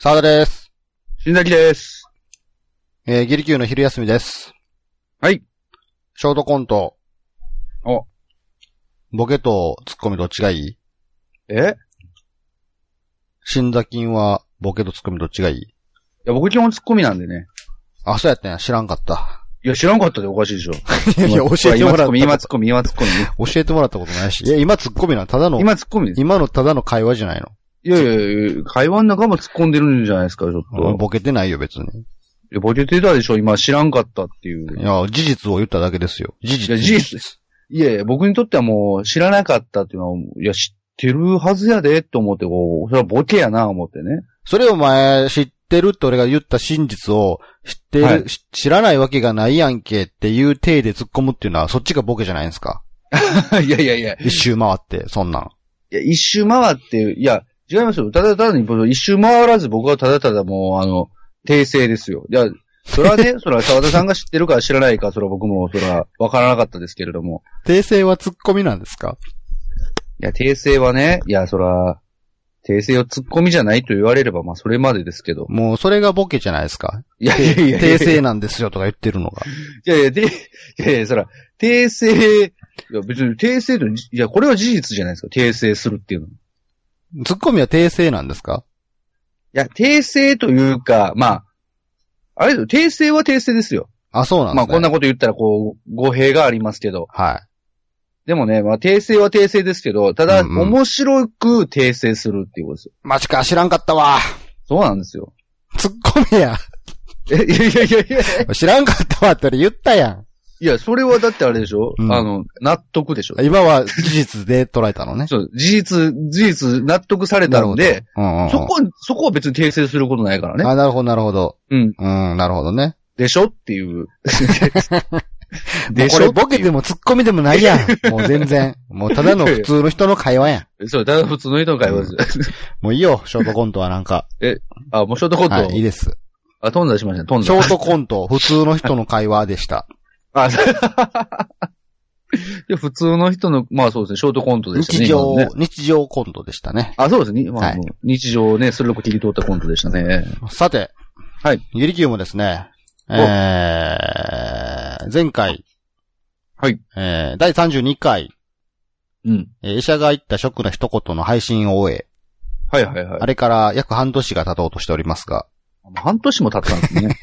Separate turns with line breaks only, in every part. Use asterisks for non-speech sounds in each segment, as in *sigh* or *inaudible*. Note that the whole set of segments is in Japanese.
沢田です。
新崎です。
えー、ギリキューの昼休みです。
はい。
ショートコント。
お。
ボケとツッコミどっちがいい
えい
新座金はボケとツッコミどっちがいい
や、僕基本ツッコミなんでね。
あ、そうやったんや。知らんかった。
いや、知らんかったでおかし *laughs* いでしょ。
いや、教えてもらったこと。
今ツッコミ、今ツッコミ、今ツッコ
教えてもらったことない
*laughs*
し。いや、今ツッコミなのただの
ミ。、今ツッコミです。
今のただの会話じゃない
いやいやいや、会話の中も突っ込んでるんじゃないですか、ちょっ
の。
と。
ボケてないよ、別に。
いや、ボケてたでしょ、今知らんかったっていう。
いや、事実を言っただけですよ。事
い
実。
や、事実です。いやいや、僕にとってはもう知らなかったっていうのは、いや、知ってるはずやで、と思って、こう、それはボケやな、思ってね。
それをお前知ってるって俺が言った真実を知ってる、
はい
し知らないわけがないやんけっていう体で突っ込むっていうのはそっちがボケじゃないんですか。
*laughs* いやいやいや、
*laughs* 一周回って、そんなん。
いや、一周回って、いや、違いますよ。ただただに、一周回らず僕はただただもう、あの、訂正ですよ。いや、それ
*laughs*
はね、それは沢田さんが知ってるか知らないか、それは僕も、それは分からなかったですけれども。
訂正は突っ込みなんですか
いや、訂正はね、いや、それは、訂正を突っ込みじゃないと言われれば、まあ、それまでですけど。
もうそれがボケじゃないですか。
いやいやいやいや
訂正なんですよとか言ってるのが。
いやいや、で、いやいや、そら、訂正、いや、別に訂正と、いや、これは事実じゃないですか。訂正するっていうのは。
突っ込みは訂正なんですか
いや、訂正というか、まあ、あれですよ訂正は訂正ですよ。
あ、そうなんで
ますあ
ね。
こんなこと言ったらこう、語弊がありますけど。
はい。
でもね、まあ訂正は訂正ですけど、ただ、
うんうん
面白く訂正するっていうことですよ。
マジか、知らんかったわ。
そうなんですよ。
突っ込み *laughs* や。
え、いやいやいやいや。
知らんかったわって俺言ったやん。
いや、それはだってあれでしょ、
うん
あの、納得でしょ
今は事実で捉えたのね。
そう、事実、事実納得されたので、
うんうんうん。
そこ、そこは別に訂正することないからね。
あ、なるほど、なるほど。
うん。
うん、なるほどね。
でしょっ
*laughs*
ていう。
もう
で
こ
し
れ
ょ
ボケ
ってい
でも突っ込みでもないやん。もう全然。もうただの普通の人の会話 *laughs* やん。
うそう、ただ普通の人の会話です。
もういいよ、ショートコントはなんか。
あ、もうショートコント、
はい、いいです。
あ、飛んだしましたね、飛ん
シ
だ
ョートコント、 *laughs* 普通の人の会話でした。
あ、そういや普通の人の、 *laughs* まあそうですね、ショートコントでしたね。
日常、
今のね
日常コントでしたね。
あ、そうですね。まあ
はい
もう日常をね、それを切り取ったコントでしたね。
さて。
はい。
ゆりきゅうもですね、
お
えー、前回。
はい。
えー、第32回、
うん。
えー医者が言ったショックな一言の配信を終え、
はいはいはい。
あれから約半年が経とうとしておりますが、
もう半年も経ったんです
*laughs*
ね。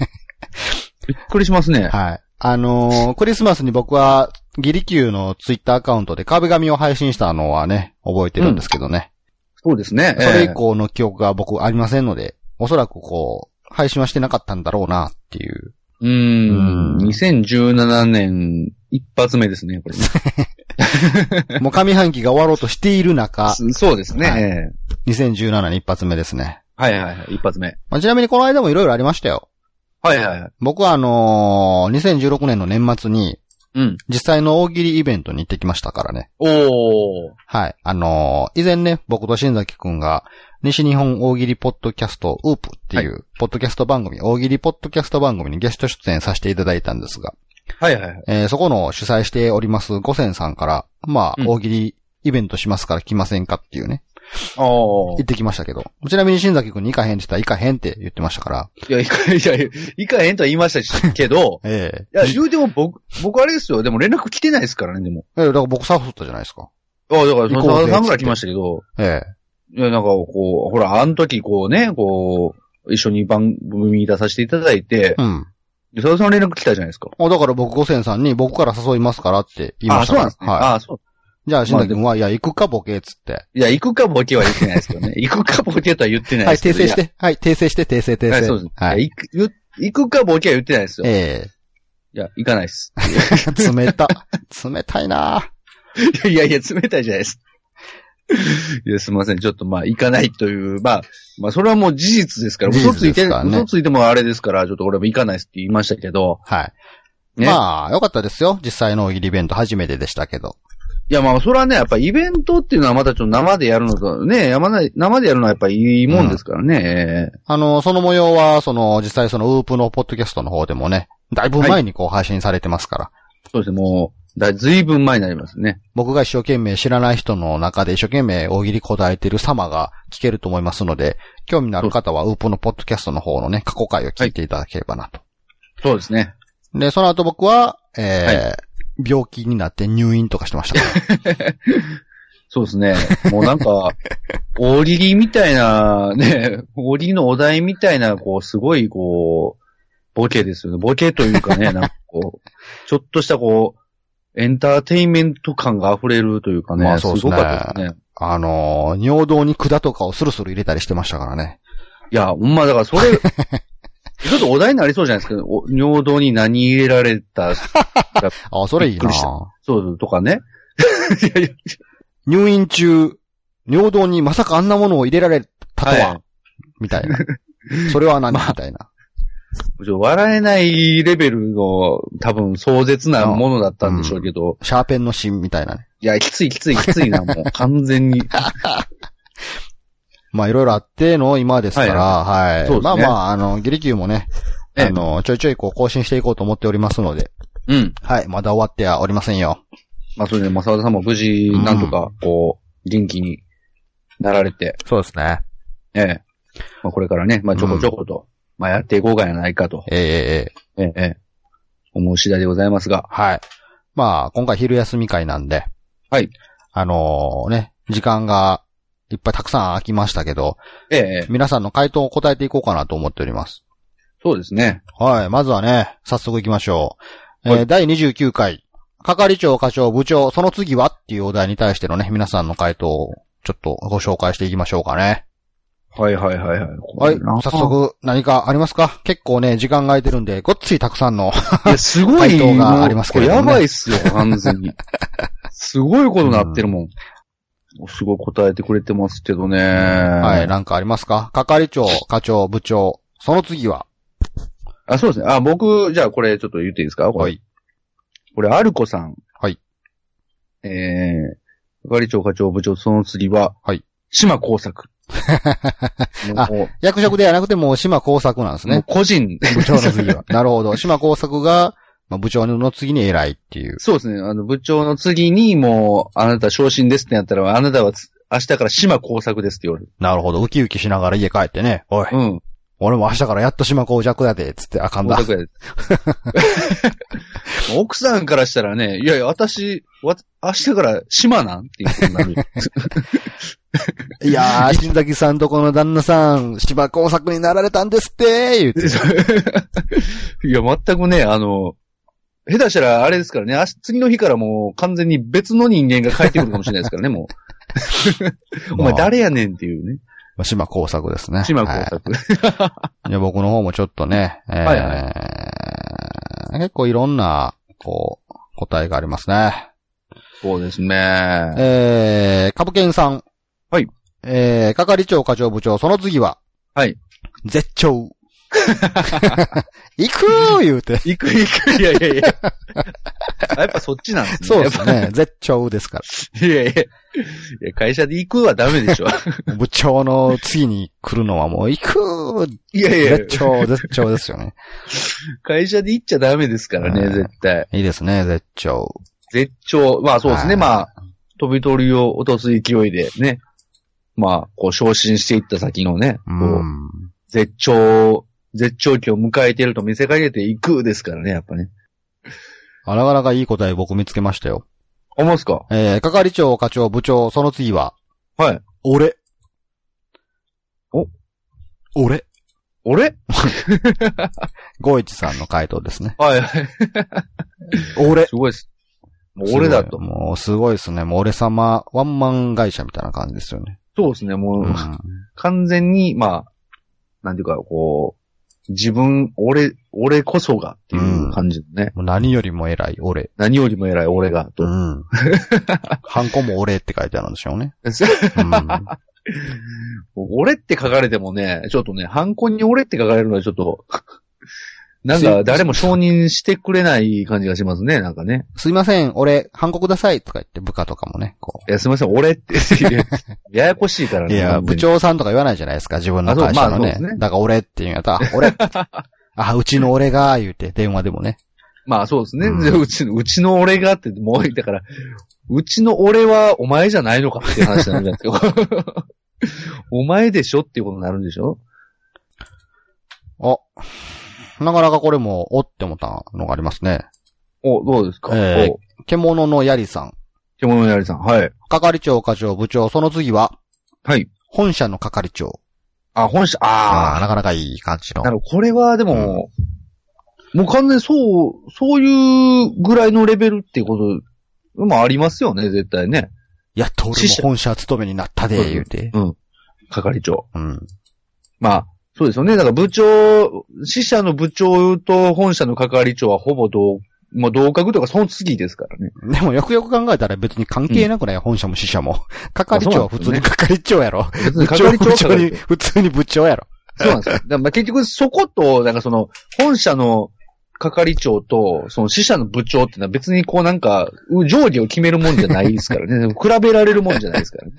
びっくりしますね。
はい。あのークリスマスに僕は、ギリキューのツイッターアカウントで壁紙を配信したのはね、覚えてるんですけどね。
そうですね。
それ以
え
降の記憶が僕ありませんので、おそらくこう、配信はしてなかったんだろうなっていう。
えうーん。
うん
2017年一発目ですね、これね。
もう上半期が終わろうとしている
*laughs*
中、
そそうですね。
は
ええ
2017年一発目ですね。
はいはいはい。一発目。
まあ、ちなみにこの間もいろいろありましたよ。
はいはいはい。
僕はあのー2016年の年末に、
うん。
実際の大喜利イベントに行ってきましたからね。
おー。
はい。あのー以前ね、僕と新崎くんが、西日本大喜利ポッドキャスト、ウープってい
は
う、ポッドキャスト番組、大喜利ポッドキャスト番組にゲスト出演させていただいたんですが、
はいはいはい。
えーそこの主催しております五千さんから、まあ
う、ん
大喜利イベントしますから来ませんかっていうね、言
おー
っ。てきましたけど、ちなみに新崎くんに行かへんって言ったら行かへんって言ってましたから、
いや、いか、いや、いかへんとは言いましたけど、
え
いや、言うても僕、僕あれですよ。でも連絡来てないですからね、でも。
ええだから僕誘ったじゃないですか。
あだから、
行
沢
こうぜ
田さんぐらい来ましたけど、
ええ
いや、なんかこう、ほら、あの時こうね、こう、一緒に番組に出させていただいて、
うん。
で沢田さん連絡来たじゃないですか。
あだから僕五千さんに僕から誘いますからって言いま
あ、
した
そう
か
な
ら。
んですね。
はい。
あそう。
じゃあ新崎くんは、いや、行くかボケっつって。
いや、行くかボケは言ってないですけど *laughs* ね。行くかボケとは言ってない
はい、
ですけ
訂
ど。
正して。はい、訂正して、訂正、訂
いや。はい、
正。
そうです。
はい
いや行く、言行くかボケは言ってないですよ。い
え
や、行かないです。
え冷た。 *laughs* 冷たいない
やいや、冷たいじゃないです。いや、すみません。ちょっとまあ、行かないという、まあ、まあ、それはもう事実ですから、
事
嘘つ
実
い
で
て、
すからね
嘘ついてもあれですから、ちょっと俺も行かないですって言いましたけど、
はい。
ね。あ、
まあ、よかったですよ。実際の大喜利イベント初めてでしたけど。
いやまあ、それはね、やっぱイベントっていうのはまたちょっと生でやるのと、ね、やまない、生でやるのはやっぱいいもんですからね。
あの、その模様は、その、実際そのウープのポッドキャストの方でもね、だいぶ前にこう配信されてますから。
そうですね、もう、だ、ずいぶん前になりますね。
僕が一生懸命知らない人の中で一生懸命大喜利答えてる様が聞けると思いますので、興味のある方は、ウープのポッドキャストの方のね、過去回を聞いていただければなと。
そうですね。
で、その後僕は、えー病気になって入院とかしてましたから。
そうで
*laughs*
すね。もうなんか、大喜利みたいな、ね、大喜利のお題みたいな、こう、すごい、こう、ボケですよね。ボケというかね、
*laughs*
なんかこう、ちょっとしたこう、エンターテインメント感が溢れるというかね、
まあ
す
そう
ご
ですね
かったですね。 *laughs*
あのー尿道に管とかをスルスル入れたりしてましたからね。
いや、ほんまだからそ
*laughs*
れ、ちょっとお題になりそうじゃないですか。お尿道に何入れられた、
あ、それいい
びっく
な
りしそうとかね。
*laughs*
いやいや
入院中、尿道にまさかあんなものを入れられたとは、
はい
みたいな。それは何、
まあ
みたいな。
ちょっと笑えないレベルの多分壮絶なものだったんでしょうけど、
シャーペンの芯みたいなね。
いや、きついきついきついな、も *laughs* う完全に。
まあいろいろあっての今ですから、はい。
そうですね
まあまあ、あの、ギリキューもね、
ええ
あの、ちょいちょいこう更新していこうと思っておりますので、
うん。
はい、まだ終わってはおりませんよ。
まあ、それで、まさわさんも無事、なんとか、こう、元気になられて、
そうですね。
ええ。まあ、これからね、まあ、ちょこちょこと、まあ、やっていこうかやないかと、
ええええええ
ええ、ええ、思う次第でございますが、
はい。まあ、今回昼休み会なんで、
はい。
あのね、時間がいっぱいたくさん空きましたけど、
ええ、ええ、
皆さんの回答を答えていこうかなと思っております。
そうですね。
はい。まずはね、早速行きましょう。えー
は
第29回、係長、課長、部長、その次はっていうお題に対してのね、皆さんの回答をちょっとご紹介していきましょうかね。
はいはいはいはい。
はい。
これな
早。速、何かありますか結構ね、時間が空いてるんで、ごっついたくさんの。
いや、すごい、
回答がありますけれどもね
これやばいっすよ、完全に。 *laughs* すごいことなってるもん。すごい答えてくれてますけどね。
は。。
はい
なんかありますか係長、課長、部長、その次は
あ、そうですね。あ、僕、じゃあこれちょっと言っていいですかこれ。
はい。
これ、アルコさん。
はい。
えー、係長、課長、部長、その次は、
はい。
島工
*laughs*
作。
あ
もう、
役職ではなくてもう島工作なんです
もう
ね。
個人。 *laughs*
部長の次は。 *laughs* なるほど。島工作が、まあ、部長の次に偉いっていう。
そうですね。あの、部長の次に、もう、あなた昇進ですってなったら、あなたはつ明日から島工作ですって言われる。
なるほど。ウキウキしながら家帰ってね、おい、
うん。
俺も明日からやっと島工弱だで、つってあかんだ。
大田区やで *laughs* 奥さんからしたらね、いやいや、私、わ明日から島なんっていうことになる。
いや
*laughs*
ー、新崎さんとこの旦那さん、島工作になられたんですって、言
*laughs*
って。
いや、全くね、あの、下手したらあれですからね、明日次の日からもう完全に別の人間が帰ってくるかもしれないですからね、もう。お前誰やねんっていうね。
まあ島工作ですね。
島工
はい
作。
いや、僕の方もちょっとね、えー
はい
結構いろんな、こう、答えがありますね。
そうですね。
えー、株券さん。
はい。
えー、係長、課長、部長、その次は
はい。
絶頂。
*laughs*
行くー言うて。
行く行く、いやいやいや。あやっぱそっちなんですね。
そうです
やっ
ね。絶頂ですか
ぱ。いやいや。いや会社で行くはダメでしょ。
ら。部長の次に来るのはもう行くー
いやいや。
絶頂、絶頂ですよね。 *laughs*
会社で行っちゃダメですからね、
うん
絶対。
いいですね、絶頂。
絶頂。まあそうです
は
ね、
い
まあ、飛び鳥を落とす勢いでね。まあ、こう昇進していった先のね、
う。
こうん絶頂、絶頂期を迎えていると見せかけていくですからね、やっぱね。
あなかなかいい答え僕見つけましたよ。
思うっすか
えー、係長、課長、部長、その次は、
はい。
俺。
お
俺。
俺
ゴイチさんの回答ですね。
はいはい。
俺。
すごいです。もう俺だと。
もうすごいですね。もう俺様、ワンマン会社みたいな感じですよね。
そうですね、もう、
うん。
完全に、まあ、なんていうか、こう、自分、俺、俺こそがっていう感じのね。
もう何よりも偉い、俺。
何よりも偉い俺がと。 *laughs*
うん。ハンコも俺って書いてあるんでしょうね。うん。
俺って書かれてもね、ちょっとね、ハンコに俺って書かれるのはちょっと、 *laughs* なんか誰も承認してくれない感じがしますね、なんかね。
すいません、俺、ハンコくださいとか言って部下とかもね、こう。
いや、すみません、俺
*laughs*
って、ややこしいからね。
いや、
本当
部
に。
長さんとか言わないじゃないですか、自分の会社のね
あそうまあそうです。ね
だから俺っていうんやったら、あ
*laughs*
俺。あ、うちの俺が、言うて、電話でもね。
まあそうですね、
うん
でうちの。うちの俺がって、もう、だから、うちの俺はお前じゃないのかっていう話なんだけど。 *laughs* お前でしょっていうことになるんでしょ
あ、なかなかこれも、おって思ったのがありますね。
お、どうですか、
えー
お
獣のやりさん。
獣のやりさん。はい。
係長、課長、部長、その次は、
はい。
本社の係長。
あ、本社、
ああ、
あ
なかなかいい感じ
あ。
の
な。るほど。これはでも、もう完全にそう、そういうぐらいのレベルっていうこともありますよね、絶対ね。
やっと俺も本社勤めになったで、
死者
言うて。
係長。
うん。
まあ、そうですよね。だから部長、支社の部長と本社の係長はほぼ同、もう同格とかその次ですからね。
でもよくよく考えたら別に関係なくない、本社も支社も。係長は普通に係長やろ。*laughs*
別
部長、
に係長
部長に、
係長
普通に部長やろ。
そうなんですよ。だからまあ結局そこと、なんかその、本社の係長と、その支社の部長っていうのは別にこうなんか、う上下を決めるもんじゃないです *laughs* からね。比べられるもんじゃないですからね。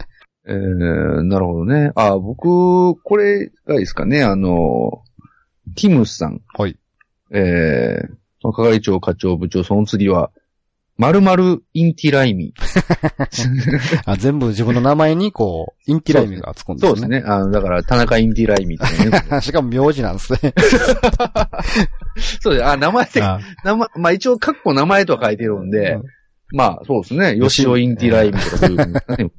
えー、なるほどね。あ、僕、これがいいですかね。あの、ティムスさん。
はい。
えー、その係長、課長、部長、その次は、〇〇インティライミ。
*laughs* あ全部自分の名前にこ
*laughs*
う、インティライミがつくんですね。
そう
*laughs*
です。ね。あの、だから、田中インティライミってね。
しかも名字なんですね。
*laughs* そうです。あ、名前で、
あ
名前、まあ一応、かっこ名前とは書いてるんで、
うん
まあ、そうですね。吉尾インティライミとかそういう
*laughs*
ふうに。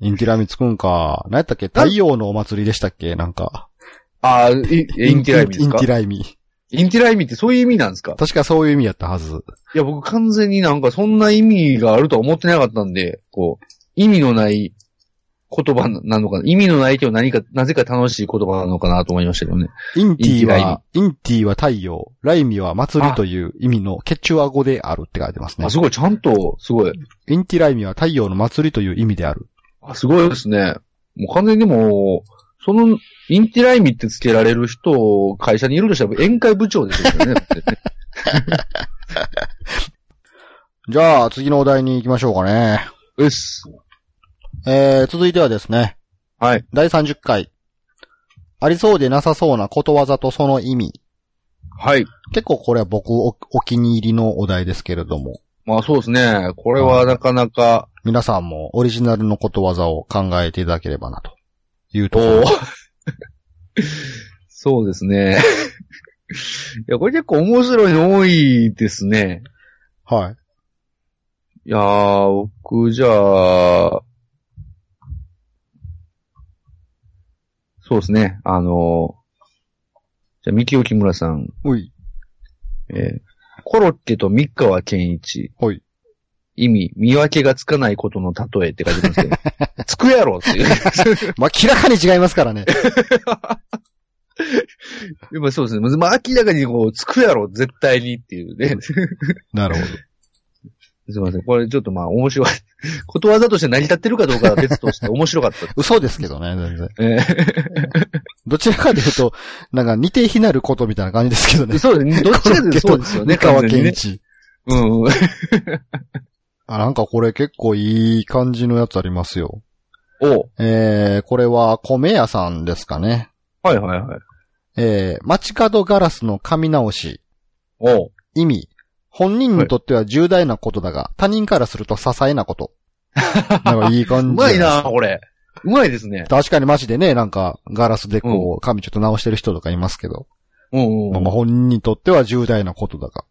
インティライミつくんか。何やったっけ太陽のお祭りでしたっけなんか。
あーインインティライミで
イ
す
ンテ
か
ィライミ。
インティライミってそういう意味なんですか
確かそういう意味やったはず。
いや、僕完全になんかそんな意味があるとは思ってなかったんで、こう、意味のない言葉なのかな。意味のないけど何か、なぜか楽しい言葉なのかなと思いましたけどね。
インティ
インティラ
は、インティは太陽、ライミは祭りという意味のケチュア語であるって書いてますね
あ、。すごい、ちゃんと、すごい。
インティライミは太陽の祭りという意味である。
あ、すごいですね。もう完全にもう、その、インティライミってつけられる人、会社にいるとしたら宴会部長ですよ
*laughs*
ね。だってね
じゃあ、次のお題に行きましょうかね。
うっす。
えー、続いてはですね、
はい。
第30回。ありそうでなさそうなことわざとその意味。
はい。
結構これは僕おお気に入りのお題ですけれども、
まあそうですね。これはなかなか、
皆さんもオリジナルのことわざを考えていただければな、というと
お
ころ
ー。 *laughs* そうですね。いや、これ結構面白いの多いですね。
はい。
いやー、僕じゃあ、そうですね。あの、じゃあ、三木木村さん、
おい。
えーコロッケと三河健一。
はい。
意味、見分けがつかないことの例えって書いてますけ *laughs* ど、つくやろっていう。
まあ、明らかに違いますからね。
やっぱそうですね。まあ、明らかにこう、つくやろ、絶対にっていうね。
*laughs*
*laughs*
なるほど。
すいません。これちょっとまあ面白い。ことわざとして成り立ってるかどうかは別として面白かった。
嘘ですけどね、全然。
え
*laughs* どちらかというと、なんか似て非なることみたいな感じですけど *laughs*
え
ね。
そうですね。どっちかというとそうですよね。
三河
完全に
健
ね。
一。
うんうん。
あ、なんかこれ結構いい感じのやつありますよ。
おう
えー、これは米屋さんですかね。
はいはいはい。
えー、街角ガラスの紙直し。
おう
意味。本人にとっては重大なことだが、他人からすると些細な
*laughs*
こと。なんかいいう感じ。
まいな、。これ。うまいですね。
確かにマジでね、なんか、ガラスでこう、紙ちょっと直してる人とかいますけど。
うんう
まあ
ん
まあ、。本人にとっては重大なことだが。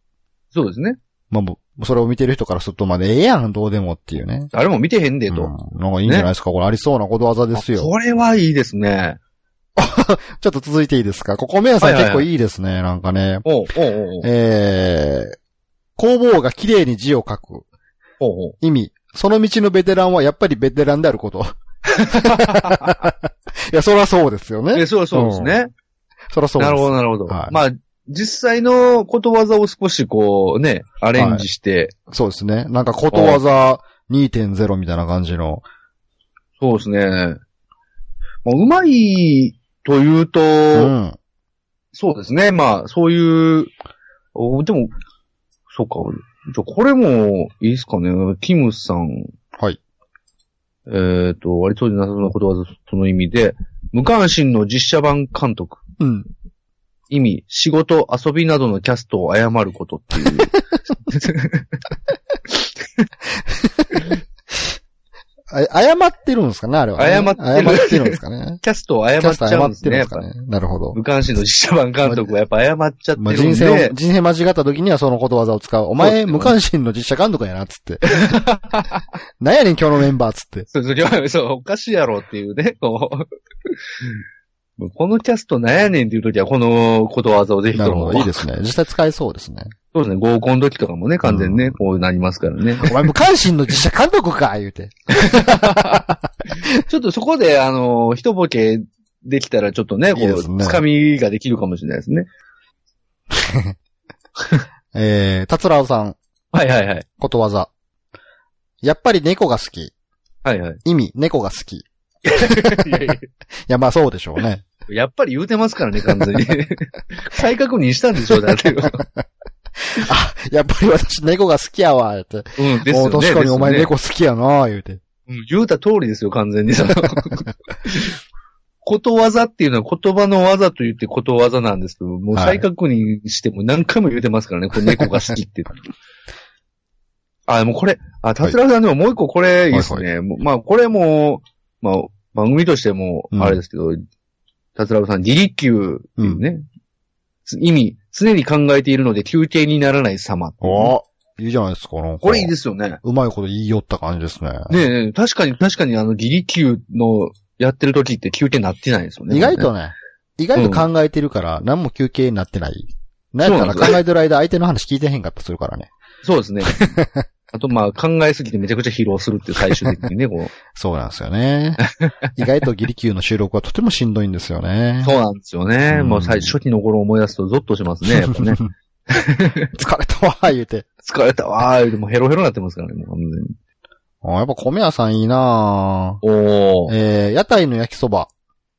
そうですね。
まあもう、それを見てる人からすると、まあ、ええやん、どうでもっていうね。
誰も見てへんで
うん
と。、
なんかいいんじゃないですか、これありそうなことわざですよ。
これはいいですね。
ちょっと続いていいですかここ、メアさん
はいはい
結
はい
構いいですね、なんかね。
おうおうおうおう
えー、工房が綺麗に字を書く。
おうおう
意味。その道のベテランはやっぱりベテランである
*laughs*
こと。いや、そらそうですよね
え、。そうそうですね。
そらそうです。
なるほど、なるほど。
はい
まあ、実際のことわざを少しこうね、アレンジして、
そうですね。なんかことわざ2.0みたいな感じの。
そうですね。まあ、うまいというと、
うん。
そうですね。まあ、そういう、おでも、そうか。じゃあこれも、いいですかね。キムさん。
はい。
えっ、と、割となさそうなことわざ、その意味で、無関心の実写版監督。
うん。
意味、仕事、遊びなどのキャストを謝ることっていう。
あ謝ってるんですかね、あれは、ね。
謝ってる
謝ってるんですかね。
*laughs* キャスト *laughs* を謝っ
キャス
ち
ト
ゃ
謝
うん
っ
です
てるんで
ね。やっ
すか
ぱ
ね。なるほど。
無関心の実写版監督はやっぱ謝っちゃって
まあ、
るん
人生
で
を、、人生間違った時にはそのことわざを使う。お
そうです
前、
ね
無関心の実写監督やな、つ
*laughs*
って。なんやねん、今日のメンバー、つって。
そうそう、そう、おかしいやろっていうね、こう。このキャストなんやねんっていう時は、このことわざをぜひ
な
と
るほ
も。
ど。いいですね。実際使えそうですね。
そうですね、合コンの時とかもね、完全にね、
うん
こうなりますから
*laughs*
ね。
お前、無関心の実写監督か、言うて。
ちょっとそこで、あの、一ボケできたら、ちょっとね、こう、
いいですね
掴みができるかもしれないですね。
えー、達郎さん、
はいはいはい。
ことわざ。やっぱり猫が好き。
はいはい。
意味、猫が好き。い
いやいや
や、まあそうでしょう
*laughs*
ね。
やっぱり言うてますからね、
*laughs*
完全に。再確認したんでしょ、だって。う
あ、やっぱり私猫が好きやわ、言うて。
ん、ですよ
お
ね。
確かにお前
ですよね
猫好きやな、言うて。
うん言うた通りですよ、完全に。そのことわざっていうのは言葉の技と言ってことわざなんですけど、もう
はい
再確認しても何回も言うてますからね、これ猫が好きって。
*laughs*
あ、もうこれ、あ、達郎さんでももう一個これいいですね。もうまあこれも、まあ番組としても、
うん
あれですけど、達郎さん、自力球っていうね、つ意味、常に考えているので休憩にならない様。
おいいじゃないですか、なんか
これいいですよね。
うまいこと言いよった感じですね。
ねえねえ、確かに、確かに、あの、ギリ級のやってる時って休憩なってないですよね。
意外とね、意外と考えてるから、何も休憩になってない。なんやった
そうなんで
ら
すよ
考えてる間、相手の話聞いてへんかったりするからね。
そうで
*laughs*
すね。あと、まあ、考えすぎてめちゃくちゃ疲労するっていう最終的にね、こう。
そうなんですよ
*laughs*
ね。意外とギリキューの収録はとてもしんどいんですよね。
そうなんですよね。
うん
もう最初期の頃思い出すとゾッとしますね、やっ
*laughs*
ぱね。
疲れたわ、言うて。
疲れたわー、でもうヘロヘロになってますからね、もう完全に。
あやっぱ米屋さんいいなぁ
おー。
えー、屋台の焼きそば。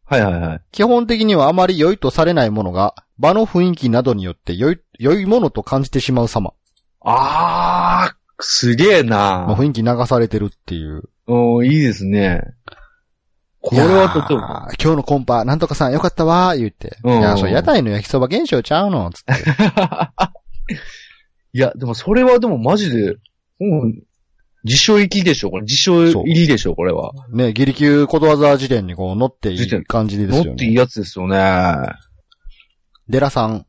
はいはいはい。
基本的にはあまり良いとされないものが、場の雰囲気などによって良い、良いものと感じてしまう様。
あー、すげえ
まあ
な
雰囲気流されてるっていう。
おー、いいですね。これはとて
いや
も、
ー今日のコンパ、なんとかさんよかったわー、言って。
うん
いや、そう、屋台の焼きそば現象ちゃうのつって。
いや、でもそれはでもマジで、うん、自称行きでしょ、これ。自称入りでしょ、これは。
ね、ギリキューことわざ辞典にこう乗っていい感じです
乗
よ
っていい
ね。
やつですよね。
デラさん、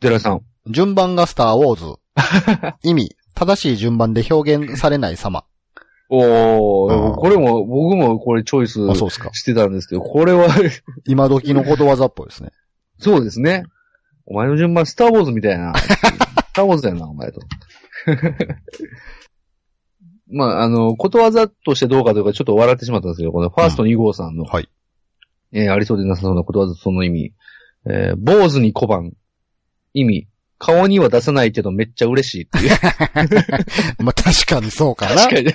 寺さん。
順番がスターウォーズ。意味、正しい順番で表現されない様。
お
う
ー、
ん
これも、僕もこれチョイス
あ、そうですか。
してたんですけど、これは、 *laughs*
今時のことわざっぽいですね。
そうですね。お前の順番、スターウォーズみた
*laughs*
いな。スターウォーズだよな、お前と。 *laughs* まあ、あの、ことわざとしてどうかというか、ちょっと笑ってしまったんですけど、このファースト2号さんの、
はい。
えーありそうでなさそうなことわざとその意味。えー坊主に小判。意味。顔には出さないけどめっちゃ嬉しいっていう。
まあ、 *laughs* 確かにそうかな
確。かにね。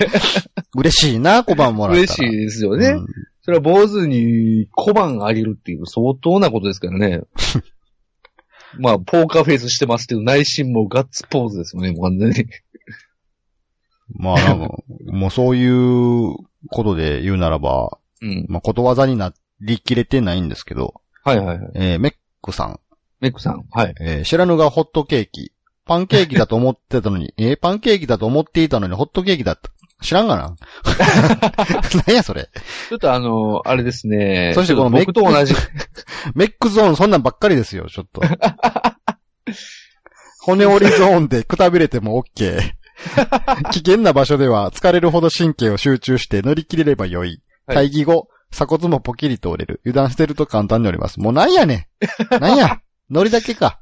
嬉しいな、小判もらっ
*laughs* 嬉
た
し
ら。
いですよ
い
ね。
うん、
それは坊主に小判あげるっていう相当なことですから *laughs* ね。まあ、ポーカーフェイスしてますけど、内心もうガッツポーズですよね、もう完全に。
まあ、なんか、もうそういうことで言うならば、
*laughs* うん。
まあ、ことわざになりきれてないんですけど、
はいはいはい。
えーメックさん、
メックさん。はい。
えー、知らぬがホットケーキ。パンケーキだと思ってたのに、 *laughs* えーパンケーキだと思っていたのにホットケーキだった。知らんがな。 *laughs* 何やそれ。
ちょっとあのあれですね。
そしてこのメック
僕と同じ。
メックゾーンそんなんばっかりですよ、ちょっ
*laughs*
と。骨折りゾーンでくたびれても OK。危険な場所では疲れるほど神経を集中して乗り切れれば良い。
はい
会議後、鎖骨もポキリと折れる。油断してると簡単に折ります。もうなんやねん。なんや。乗りだけか。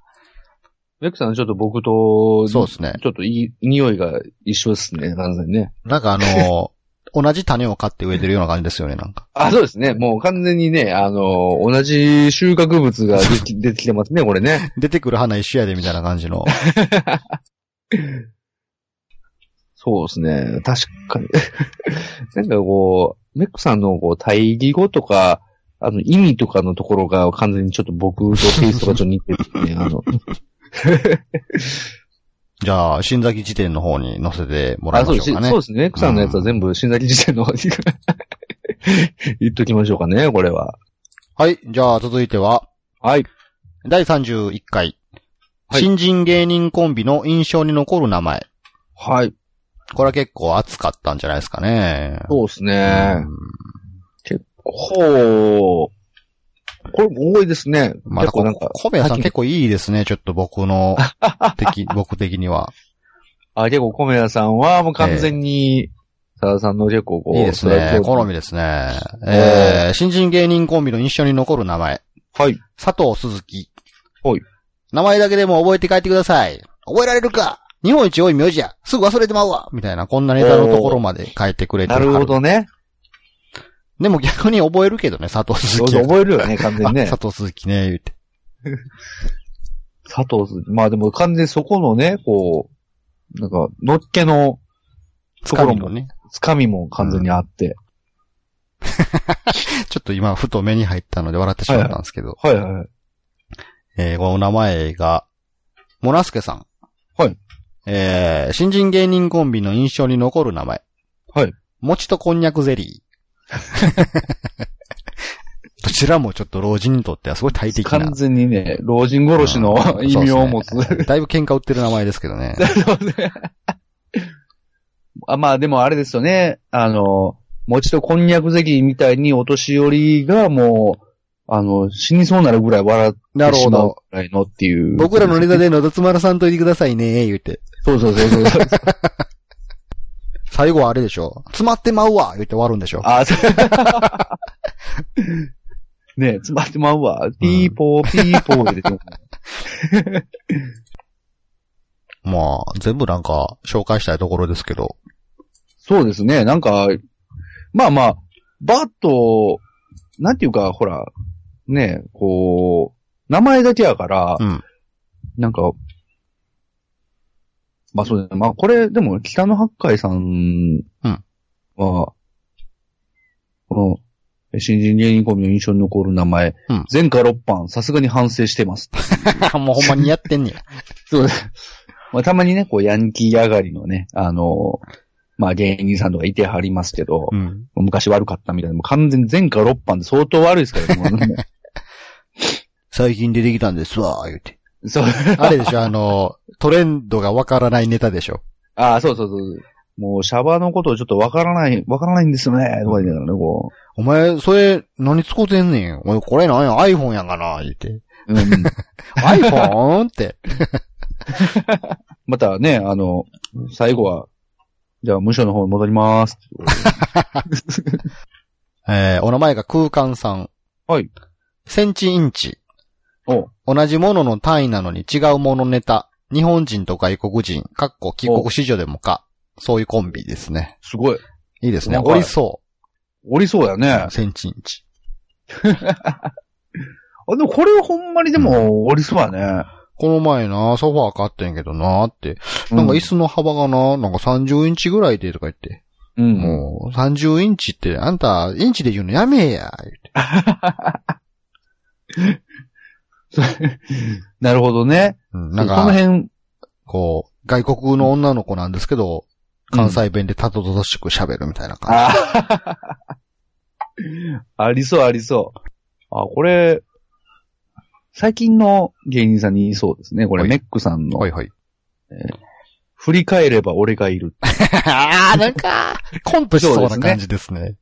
メックさん、ちょっと僕 *laughs* と、
そうですね。
ちょっといい、匂いが一緒ですね、完全にね。
なんかあのー同じ種を買って植えてるような感じですよね、なんか。
あ、そうですね。もう完全にね、あの同じ収穫物が出て出てき *laughs* てますね、これね。
出てくる花一緒やで、みたいな感じの。
そうですね。確かに。 *laughs* なんかこう、メックさんのこう、対義語とか、あの、意味とかのところが完全にちょっと僕とテイストがちょっと似てるんですね。あの、
じゃあ、新崎辞典の方に載せてもらいま
*laughs* あ、そうで
し
す
ょうかね。
そうですね。メックさんのやつは全部新崎時点の方に *laughs* 言っときましょうかね、これは。
はい。じゃあ、続いては、
はい。
第31回、
はい
新人芸人コンビの印象に残る名前。
はい。
これは結構暑かったんじゃないですかね。
そうです
う
ね。
ん
ほう。これも多いですね。
まあ、
結構なんか、
コメさん結構いいですね、ちょっと僕
*laughs*
の、的、僕的には。
あ、結構、米田さんはもう完全に、さださんの結構こう、
いいです
ストライ
ね
ク。ゾーン
好みですね。えー、新人芸人コンビの印象に残る名前。
はい。
佐藤鈴木。
ほい。
名前だけでも覚えて帰ってください。覚えられるか日本一多い名字や。すぐ忘れてまうわ。みたいな、こんなネタのところまで書いてくれて
なるほ。どね。
でも逆に覚えるけどね、佐藤鈴
そう
木。
そう覚えるよね、完全に
あ
*laughs* ね。
佐藤鈴木ね、言って。
佐藤す、まあでも完全にそこのね、こう、なんか、のっけの、とこ
疲
ろ
れも
も、
ね。
つかみも完全にあって。
ちょっと今、ふと目に入ったので笑ってしまったんですけど。
はいはい。
えーこの名前が、モナスケさん。
はい。
えー新人芸人コンビの印象に残る名前。
はい。
餅とこんにゃくゼリー。 *laughs* どちらもちょっと老人にとってはすごい大敵な。
完全にね、老人殺しの
うん
*laughs* 異名を持つ。
そうですねだいぶ喧嘩売ってる名前ですけどね。
あまあでもあれですよね、あの、餅とこんにゃくゼリーみたいにお年寄りがもう、あの、死に *laughs* そうなるぐらい笑って
なる *laughs*
し
ほ
まう
ど。
ぐらいのっていう。
僕らのネタでのどつまらさんといてくださいね、言うて。
そうそうそう *laughs* そう。
最後はあれでしょ。詰まってまうわ言うて終わるんでしょ。
あ、そう。 *laughs* ねえ、詰まってまうわ。ピーポー、ピーポー入れても
まあ、全部なんか紹介したいところですけど。
そうですね、なんか、まあまあ、バッと、なんていうか、ほら、ねえ、こう、名前だけやから、
うん。
なんか、まあそうですね。まあこれ、でも、北野八海さん
うん
は、この、新人芸人コンビの印象に残る名前、
うん
前科六班、さすがに反省してます。
*laughs* もうほんまにやってんねや。
そうです。まあ、たまにね、こう、ヤンキー上がりのね、あのーまあ、芸人さんとかいてはりますけど、
うん。
昔悪かったみたいな、もう完全に前科6班で相当悪いですからねもう
*laughs*
ね。
最近出てきたんですわ、言うて。
そう。
あれでしょ、あの、トレンドがわからないネタでしょ。
ああ、そうそうそう。もう、シャバのことをちょっとわからない、わからないんですよね、とか言いながらね、こ
お前、それ、何使うてんねん。おい、これ何や、iPhone やんかな、言うて。
う。うん。
iPhone? って。
またね、あの、最後は、じゃあ、無所の方に戻ります。
*laughs* えー、お名前が空間さん。
はい。
センチインチ。
お
同じものの単位なのに違うものネタ。日本人と外国人、かっこ帰国子女でもか。そういうコンビですね。
すごい。
いいですね。
なんか
おりそ
おりそうやね。
う。センチインチ。
あ、でもこれはほんまにでも、おりそうやね。
この前な、ソファー買ってんけどなって。なんか椅子の幅がな、なんか30インチぐらいでとか言って。
うん、うん。
もう、30インチって、あんた、インチで言うのやめえや。言って
なるほどね。
うんなん
その
か、
辺、
こう、外国の女の子なんですけど、関西弁でたどたどしく喋るみたいな感じ。
ああありそう、ありそう。あ、これ、最近の芸人さんに言いそうですね。これ、
はい
メックさんの、
はいはい。
振り返れば俺がいる。
ああ、なんか、コントしそうな感じですね。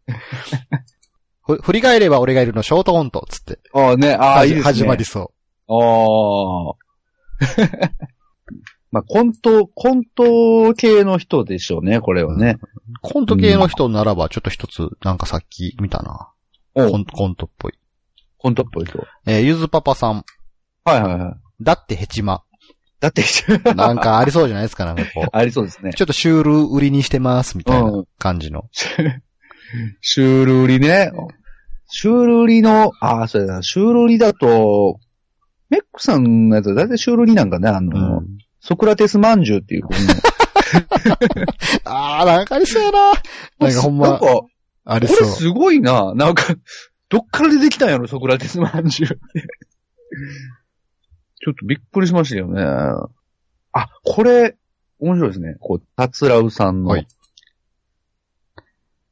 ふ振り返れば俺がいるのショートコント、つって。
ああね、ああ、いいですね。
始まりそ
ああ。 *laughs* まあ、コント、コント系の人でしょうね、これはね。
う。コント系の人ならば、ちょっと一つ、なんかさっき見たな。
お
コンコントっぽい。
コントっぽい人。
えーゆずパパさん。
はいはいはい。
だってヘチマ。
だって、
なんかありそうじゃないですか、なんかこう。
*laughs* ありそうですね。
ちょっとシュール売りにしてます、みたいな感じの。
シュール売りね。シュール売りの、ああ、そうやな、シュール売りだと、メックさんのやつはだいたいシュール売りなんかね、あの、
うん
ソクラテスまんじゅうっていう。
ああ、なんかありそうやな。なんかほん
*laughs* なん
ま
か、、こ
あり
れ
そう。
すごいな。なんか、どっから出てきたんやろ、ソクラテスまんじゅう *laughs* って。ちょっとびっくりしましたよね。あ、これ、面白いですね。こう、タツラウさんの
はい、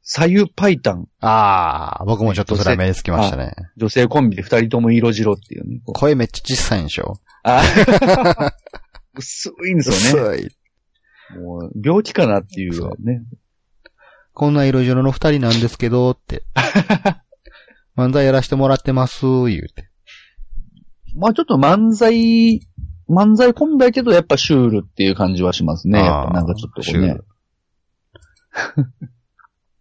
左右パイタン、
ああ、僕もちょっとそれは目つきましたね。
女性コンビで二人とも色白っていうね。こう
声めっちゃ小さいんでしょ
あ薄いんですよね。
薄い。
もう、病気かなっていう
そう
ね。
こんな色白の二人なんですけど、
*laughs*
って。漫才やらしてもらってます、言うて。
まあちょっと漫才、漫才込みだけど、やっぱシュールっていう感じはしますね。
あー
やっぱなんかちょっとこ
シ
う
ュー
ね
ル。
*laughs*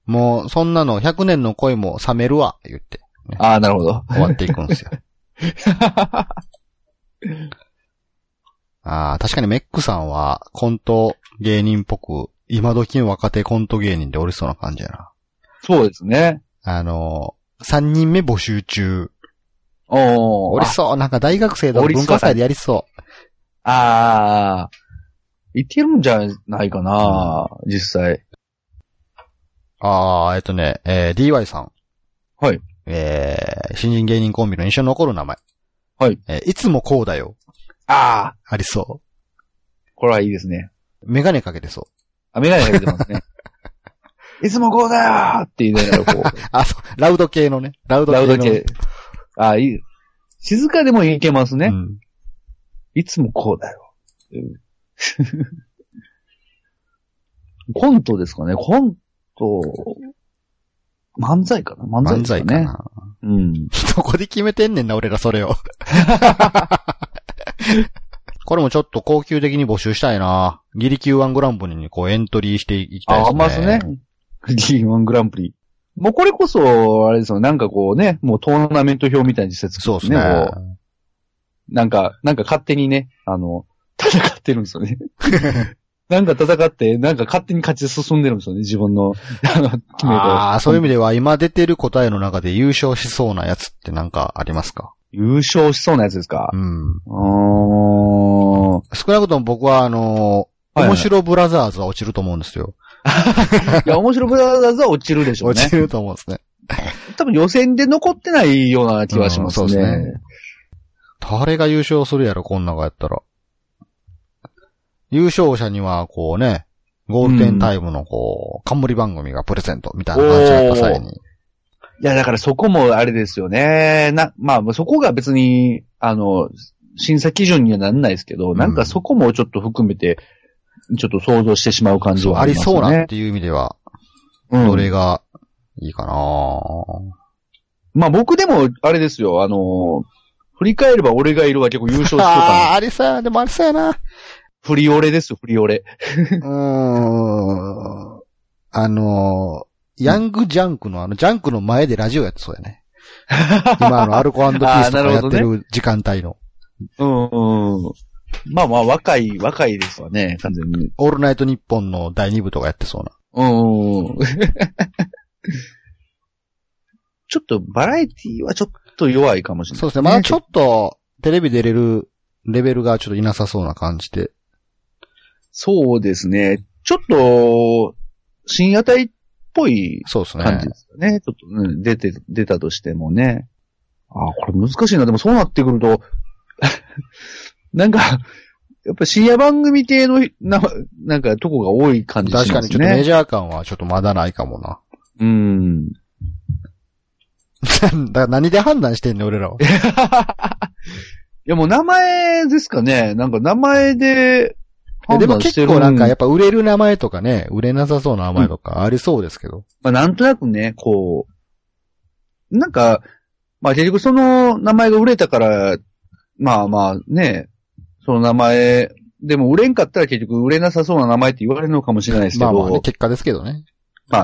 もう、そんなの100年の恋も冷めるわ、言って。
ああ、なるほど。
終わっていくん *laughs* ですよ。ああ、確かにメックさんはコント芸人っぽく、今時の若手コント芸人でおりそうな感じやな。
そうですね。
あのー、3人目募集中。
お
お
ー
り。そう。なんか大学生とか
おりそう
文化祭でやりそう。
ああー。いけるんじゃないかな、実際。
ああ、えっとね、えー DY さん。
はい。
えー新人芸人コンビの印象に残る名前。
はい。
えーいつもこうだよ。
ああ。
ありそ
これはいいですね。
う。メガネかけてそう。
あ、メガネかけて
*laughs*
ますね。いつもこうだよーって言いながらこう、
あ、そう、ラウド系のね。ラウド
ラ
系
ウ
の。
ド系。ああ、いい。静かでもいけますね。
うん
いつもこうだよ。うんコントですかねコント、漫才かな漫才
漫
ですか
才
ね。
かな。
うん。
*laughs* どこで決めてんねんな、俺らそれ
*laughs*
を。これもちょっと高級的に募集したいな。ギリ Q1 グランプリにこうエントリーしていきたい
あ、
ですね。
あんますね。。D1 グランプリ。もうこれこそ、あれですよ、なんかこうね、もうトーナメント表みたいにして
そ
作
う
っ
で
て
すね。
こうなんか、なんか勝手にね、あの、戦ってるんです
*laughs*
よね。なんか戦って、なんか勝手に勝ち進んでるんですよね、自分の、あの、決めた。
ああ、そういう意味では今出てる答えの中で優勝しそうなやつってなんかありますか
優勝しそうなやつですか
う。ん。
うーん。
少なくとも僕はあのー
はいはい
面白ブラザーズは落ちると思うんですよ。
いや、面白ブラザーズは落ちるでしょう
落
ね
ち。ると思うんですね。
多分予選で残ってないような気はします
うんそうです
ね。
誰が優勝するやろ、こん中やったら。優勝者には、こうね、ゴールデンタイムのこう、冠番組がプレゼントみたいな話やった際に。
いや、だからそこもあれですよね。な、まあ、そこが別に、あの、審査基準にはなんないですけど、
うん
なんかそこもちょっと含めて、ちょっと想像してしまう感じ
そう
は
あ
あり
り
ます
そう
よ
なっ
ね。
ていう意味では、
う
ど
ん。
れがいいかな
まあ僕でも、あれですよ、あの、振り返れば俺がいるは結構優勝しとった
あー、ありそうや、でもありそうやな。
の。振り俺ですよ、振り
う
俺。
ーん。あのー、ヤングジャンクのあの、ジャンクの前でラジオやってそうや *laughs* ね。今あの、アルコピースとかやってる時間帯の。
うんうんうん。まあまあ、若い、若いですわね、完全に。
オールナイトニッポンの第2部とかやってそうな。
うん。 *laughs* ちょっとバラエティはちょっと弱いかもしれない。
そうですね。まだちょ
っ
っと、テレビ出れるレベルがちょっといなさそうな感じで。
そうですね。ちょっと、深夜帯っぽい
そうです
感
ね
じ。ですよね。ちょっと、うん、出て、出たとしてもね。あーこれ難しいな。でもそうなってくると、 *laughs* なんか、やっぱ深夜番組系の、な、なんか、とこが多い感じします
確か
ね。
にちょっとメジャー感はちょっとまだないかもな。 *laughs*
うん。
だから何で判断してんねん俺らは。
いや、もう名前ですかね。なんか名前
え
で判
でも
断し
結
てる。
構なんかやっぱ売れる名前とかね、売れなさそうな名前とかありそうですけど。
まあ、なんとなくね、こう、なんか、まあ結局その名前が売れたから、まあまあね、その名前、でも売れんかったら結局売れなさそうな名前って言われるのかもしれないですけ
まあま
ど、
あ
まあ
ね、結果ですけどね。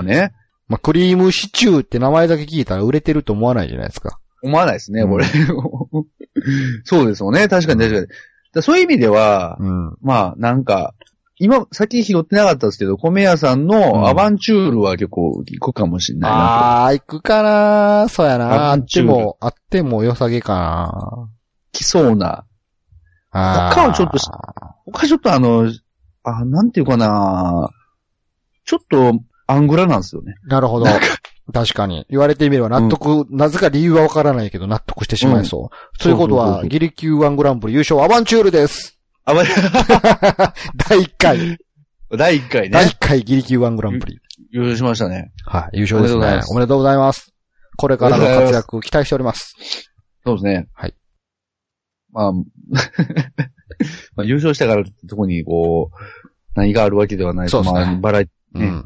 ね、
まあクリームシチューって名前だけ聞いたら売れてると思わないじゃないですか。
思わないですね、
うん
これ。 *laughs* そうですよね、確かに確かに。だそういう意味では、
うん。
まあなんか、今、さっき拾ってなかったですけど、米屋さん
うん
のアバンチュールは結構行くかもしれないなと。
あー、行くかなそうやなあ
ア
っ
ン
て
チュール
も、あっても良さげかな
来そうな
あー
他はちょっとし僕はちょっとあの、あ、なんていうかなちょっと、アングラなんですよね。
なるほど。確かに。言われてみれば納得、なぜか理由はわからないけど納得してしまいそう。ということ
そうそうそう
は、
そう
ギリ Q1 グランプリ優勝アバンチュール
*laughs*
です。
あ、ま、
第1回、
第1回
第
ね。
1回ギリ Q1 グランプリ。
優勝しましたね。
はい、優勝です
おめでとうござい
ね
ま。す
おめでとうございます。これからの
おめでとう
活
ございま
躍期待しております。
そうですね。
はい。
*laughs* まあ、まあ、優勝したからってとこに、こう、何があるわけではない。
そうですね
まあ、バラエティ、
う
ね
ん。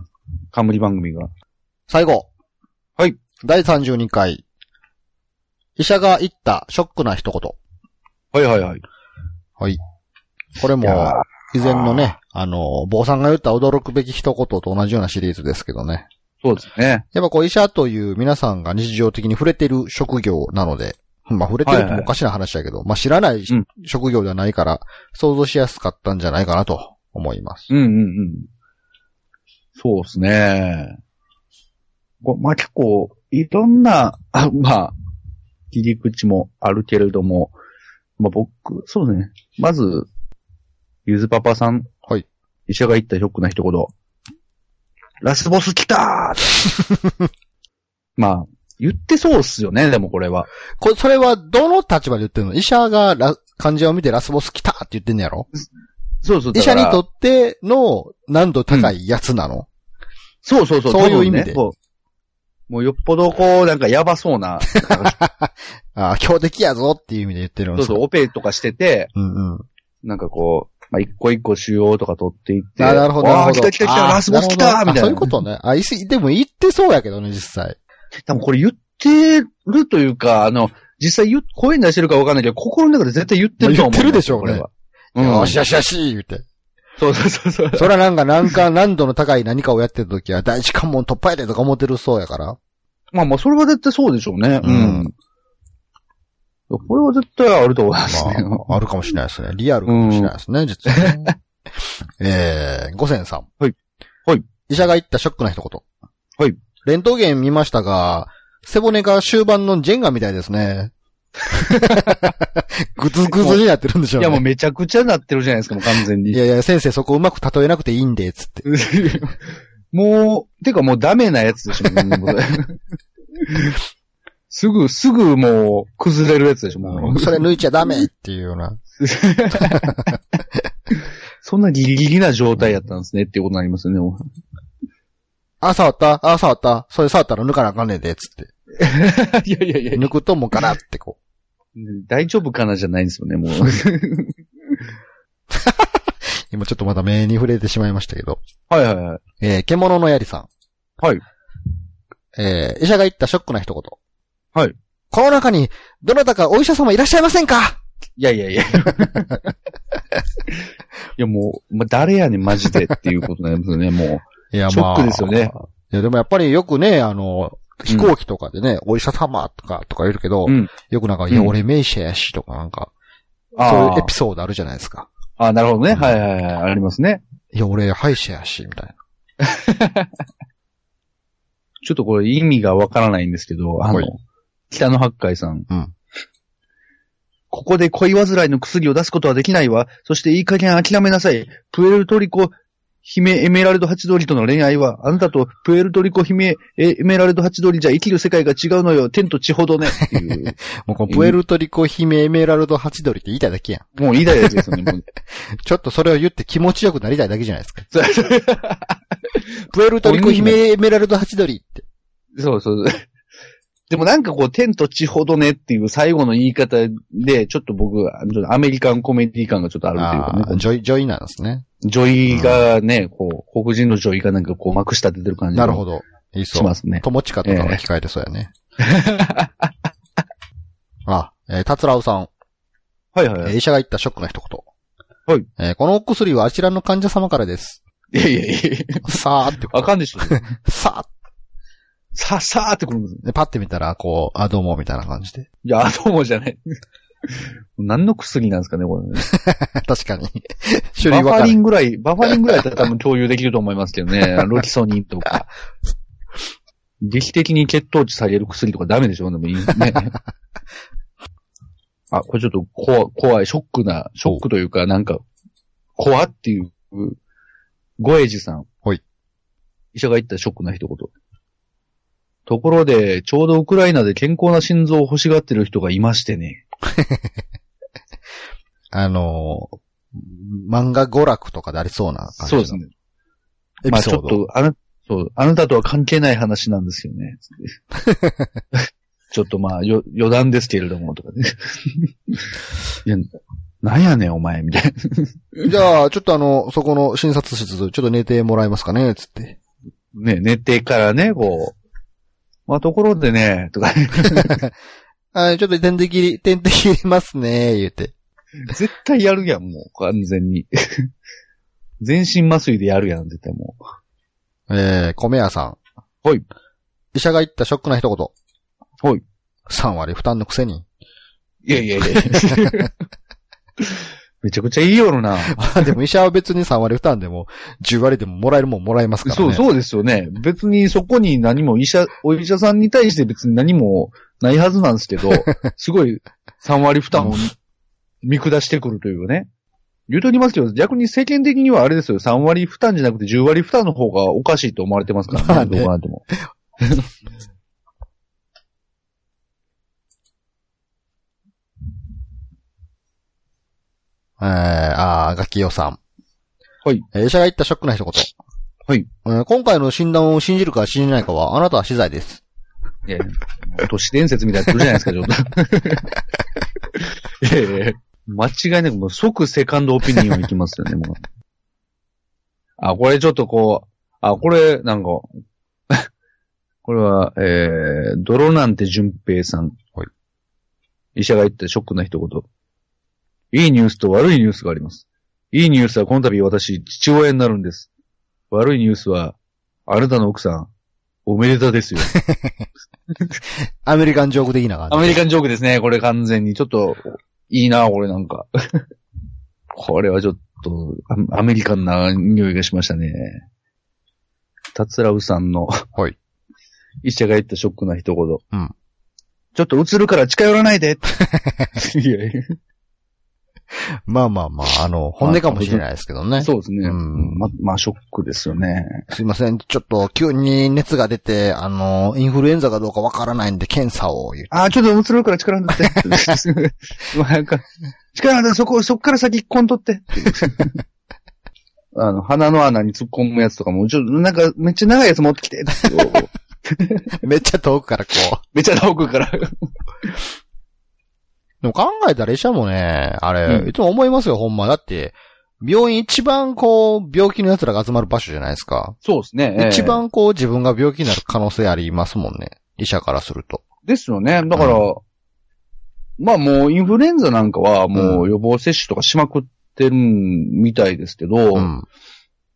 冠番組が。
最後。
はい。
第32回。医者が言ったショックな一言。
はいはいはい。
これ
いや
も、以前のね、あの、坊さんが言った驚くべき一言と同じようなシリーズですけどね。
そうですね。
やっぱこう医者という皆さんが日常的に触れてる職業なので、まあ触れてるともおかしな話だけど、まあ知らないし
うん
職業ではないから、想像しやすかったんじゃないかなと思います。
うんうんうん。そうですね。こまあ結構、いろんな、あまあ、切り口もあるけれども、まあ僕、そうね。まず、ゆずパパさん。
はい。
医者が言ったショックな一言。ラスボス来た
*laughs*
ーまあ、言ってそうっすよね、でもこれは。
これ、それはどの立場で言ってるの医者がラ患者を見てラスボス来たって言ってんのやろ
そうそう。
医
だか
者
ら
にとっての難度高いやつなの、
そうそうそう。
そういう
多分
意味で
そうもうよっぽどこう、なんかやばそ
*laughs*
うな、なんか
ああ、強敵やぞっていう意味で言ってるん
そ
で
う
すか
そう、オペとかしてて、
うんうん。
なんかこう、まあ、一個一個腫瘍とか取っていって。
あ、なるほど。
わ
な
あ、
るほ
来
ど
た来た来た、
あー
ラスボス来た
なるほど
みたいな。
あそういうことね。あ、いす、でも言ってそうやけどね、実際。
多分これ言ってるというか、あの、実際言う、声に出してるかわかんないけど、心の中で絶対言ってると思う。
まあ言ってるでしょうね
これは。
よ
うん。
しよしよし言って。
そうそうそうそう。
*laughs* それはなんか、なんか、難度の高い何かをやってるときは、第一関門突破やでとか思ってるそうやから。
まあまあ、それは絶対そうでしょうね。う
うん
ん。これは絶対あると思いますね。
まあ、あるかもしれないですね。リアルかもしれないですね、実は *laughs* ね。えー、五千さん。
はい。はい。
医者が言ったショックな一言。
はい。
レントゲン見ましたが、背骨が終盤のジェンガみたいです
*laughs*
ね。グツグツになってるんでしょう
い
ね。
や、もうめちゃくちゃなってるじゃないですか、もう完全に。
いやいや、先生そこうまく例えなくていいんで、つって。
*laughs* もう、てかもうダメなやつでしょ、も *laughs* うすぐ、すぐもう、崩れるやつでしょ、もう。
それ抜いちゃダメっていうような。
そんなギリギリな状態やったんですね、っていうことになりますよね、もう。
あ、触ったあ、触ったそれ触ったら抜かなあかんねえで、つっ
*laughs* いやいや
て。
いや、
抜くともうガラってこ
大丈夫かなじゃないんですよね、もう。
う。今ちょっとまだ目に触れてしまいましたけど。
はいはいはい。
えー、獣のやりさん。
はい。
えー、医者が言ったショックな一言。
はい。
この中に、どなたかお医者様いらっしゃいませんか
いやいやいや。いやもう、ま、誰やねん、マジでっていうことになりますよね、も
いや
う。ショックですよね。。
いや、でもやっぱりよくね、あの、飛行機とかでね、お医者様とか、とか言うけど、
うん
よくなんか、いや、
うん
俺名医者やし、とかなんか、
*laughs*
そうい
あ
うエ
ー
ピソードあるじゃないですか。
あー、なるほどね。はいはいはい。ありますね。
いや、俺、歯医者やし、みたいな。
ちょっとこれ意味がわからないんですけど、あの
はい、
北野八海さん。
うん
ここで恋煩いの薬を出すことはできないわ。そしていい加減諦めなさい。プエルトリコ、姫エメラルドハチドリとの恋愛は、あなたとプエルトリコ姫エメラルドハチドリじゃ生きる世界が違うのよ。天と地ほど *laughs* ね。っていう。
もうこのプエルトリコ姫エメラルドハチドリって言いたいだけやん。
もう言いたいやつですよね。もう
ちょっとそれを言って気持ちよくなりたいだけじゃないですか。
そう
*laughs* プエルトリコ姫エメラルドハチドリって。
*laughs* そうそう。でもなんかこう、天と地ほどねっていう最後の言い方で、ちょっと僕、あのアメリカンコメディ感がちょっとあるっていうかね
あ。あ、ジョイ、ジョイなんですね。
女医がね、こう、黒人の女医がなんかこう、まくした出てる感じ
なるほ
ど。
ど。いい
し
そう
ま。すね。
友近とかが控えてそうやね。 *laughs* あ、えー、たつらうさん。
は
え
いはいは
ー
い。
医者が言ったショックな一言。
はい。
えーこのお薬はあちらの患者様からです。 *laughs*
いやいやいや
さーって、
あかんでしょ。
さーっ
さ、さーってくるんですよ。
て、パッて見たら、こう、あ、どうも、みたいな感じで。 *laughs*
いや、どうもじゃない。何の薬なんですかね、これね。
確かに。 *laughs* 種類
バフ
わか
ァ
る
リンぐらい、バファリンぐらいだったら多分共有できると思いますけど *laughs* ね。ロキソニンとか。劇的に血糖値下げる薬とかダメでしょでもいい *laughs* ね。あ、これちょっと怖怖い、ショックな、ショックというか、なんか、怖っていう、ゴエジさん。
はい。
医者が言ったショックな一言。ところで、ちょうどウクライナで健康な心臓を欲しがってる人がいましてね。
あのー、漫画娯楽とかでありそうな感じ
そう
の
ですね。
エ
ま
ピ
あち
ソ
ょ
ー
っ
ド。
と、あな、そう、あなたとは関係ない話なんです
*laughs*
よね。つって *laughs* ちょっとまあ、よ、余談ですけれども、とかね。いや、なんやねん、お前、みたいな。
じゃあ、ちょっとあの、そこの診察室、ちょっと寝てもらえますかね、つって。
ね、寝てからね、こう。まあ、ところでね、とか、ね、 *laughs*
はい、ちょっと点滴入れ、点滴入れますね、言うて。
絶対やるやん、もう、完全に。 *laughs* 全身麻酔でやるやん、絶対も
えー、米屋さん。
はい。
医者が言ったショックな一言。
はい。
3割負担のくせに。 *laughs*
う。いやいやいやめちゃくちゃいいよな。
まあでも医者は別に3割負担でも、10割でももらえるもんもらえますからね。
そう、そうですよね。別にそこに何も医者、お医者さんに対して別に何もないはずなんです
*laughs*
けど、すごい3割負担を見下してくるというね。言うとりますけど、逆に世間的にはあれですよ、3割負担じゃなくて10割負担の方がおかしいと思われてますからね、
まあね
どうなんでも。
えー、あー、ガキヨさん。
はい。
えー医者が言ったショックな一言。
はい
えー。今回の診断を信じるか信じないかは、あなたは資材です。
いやいや都市伝説みたいになってるじゃないですか、ちょっ
*laughs*
と。いやいやいや間違いなくもう即セカンドオピニオンいきますよね、もう。あ、これちょっとこう、あ、これ、なんか、 *laughs* これは、えー、泥なんて淳平さん。
はい
医者が言ったショックな一言。いいニュースと悪いニュースがあります。いいニュースはこの度私、父親になるんです。悪いニュースは、あなたの奥さん、おめでたですよ。
アメリカンジョーク的な感じ。
アメリカンジョークですね、これ完全に。ちょっと、いいな、これなんか。 *laughs* これはちょっと、アアメリカンな匂いがしましたね。タツラウさんの、
はい。
医者が言ったショックな一言。
うん。
ちょっと映るから近寄らないでいやい
まあまあまあ、あの、本音かもしれないですけどね。 *laughs*
や、そうですね。
うん
ま、まあ、ショックですよね。
すいません。ちょっと、急に熱が出て、あの、インフルエンザかどうかわからないんで、検査を言う。
ああ、ちょっと映るから力 *laughs* 抜って。まあ、なんか、力抜って、そこ、そっから先一本取って。 *laughs* あの、鼻の穴に突っ込むやつとかも、ちょっと、なんか、めっちゃ長いやつ持ってき *laughs* て。
めっちゃ遠くからこう。
めっちゃ遠くから。
でも考えたら医者もね、あれ、
うん
いつも思いますよ、ほんま。だって、病院一番こう、病気の奴らが集まる場所じゃないですか。
そうですね
一。番こう、自分が病気になる可能性ありますもんね。医者からすると。
ですよね。だから、まあもう、インフルエンザなんかは、もう予防接種とかしまくってるみたいですけど、
うん。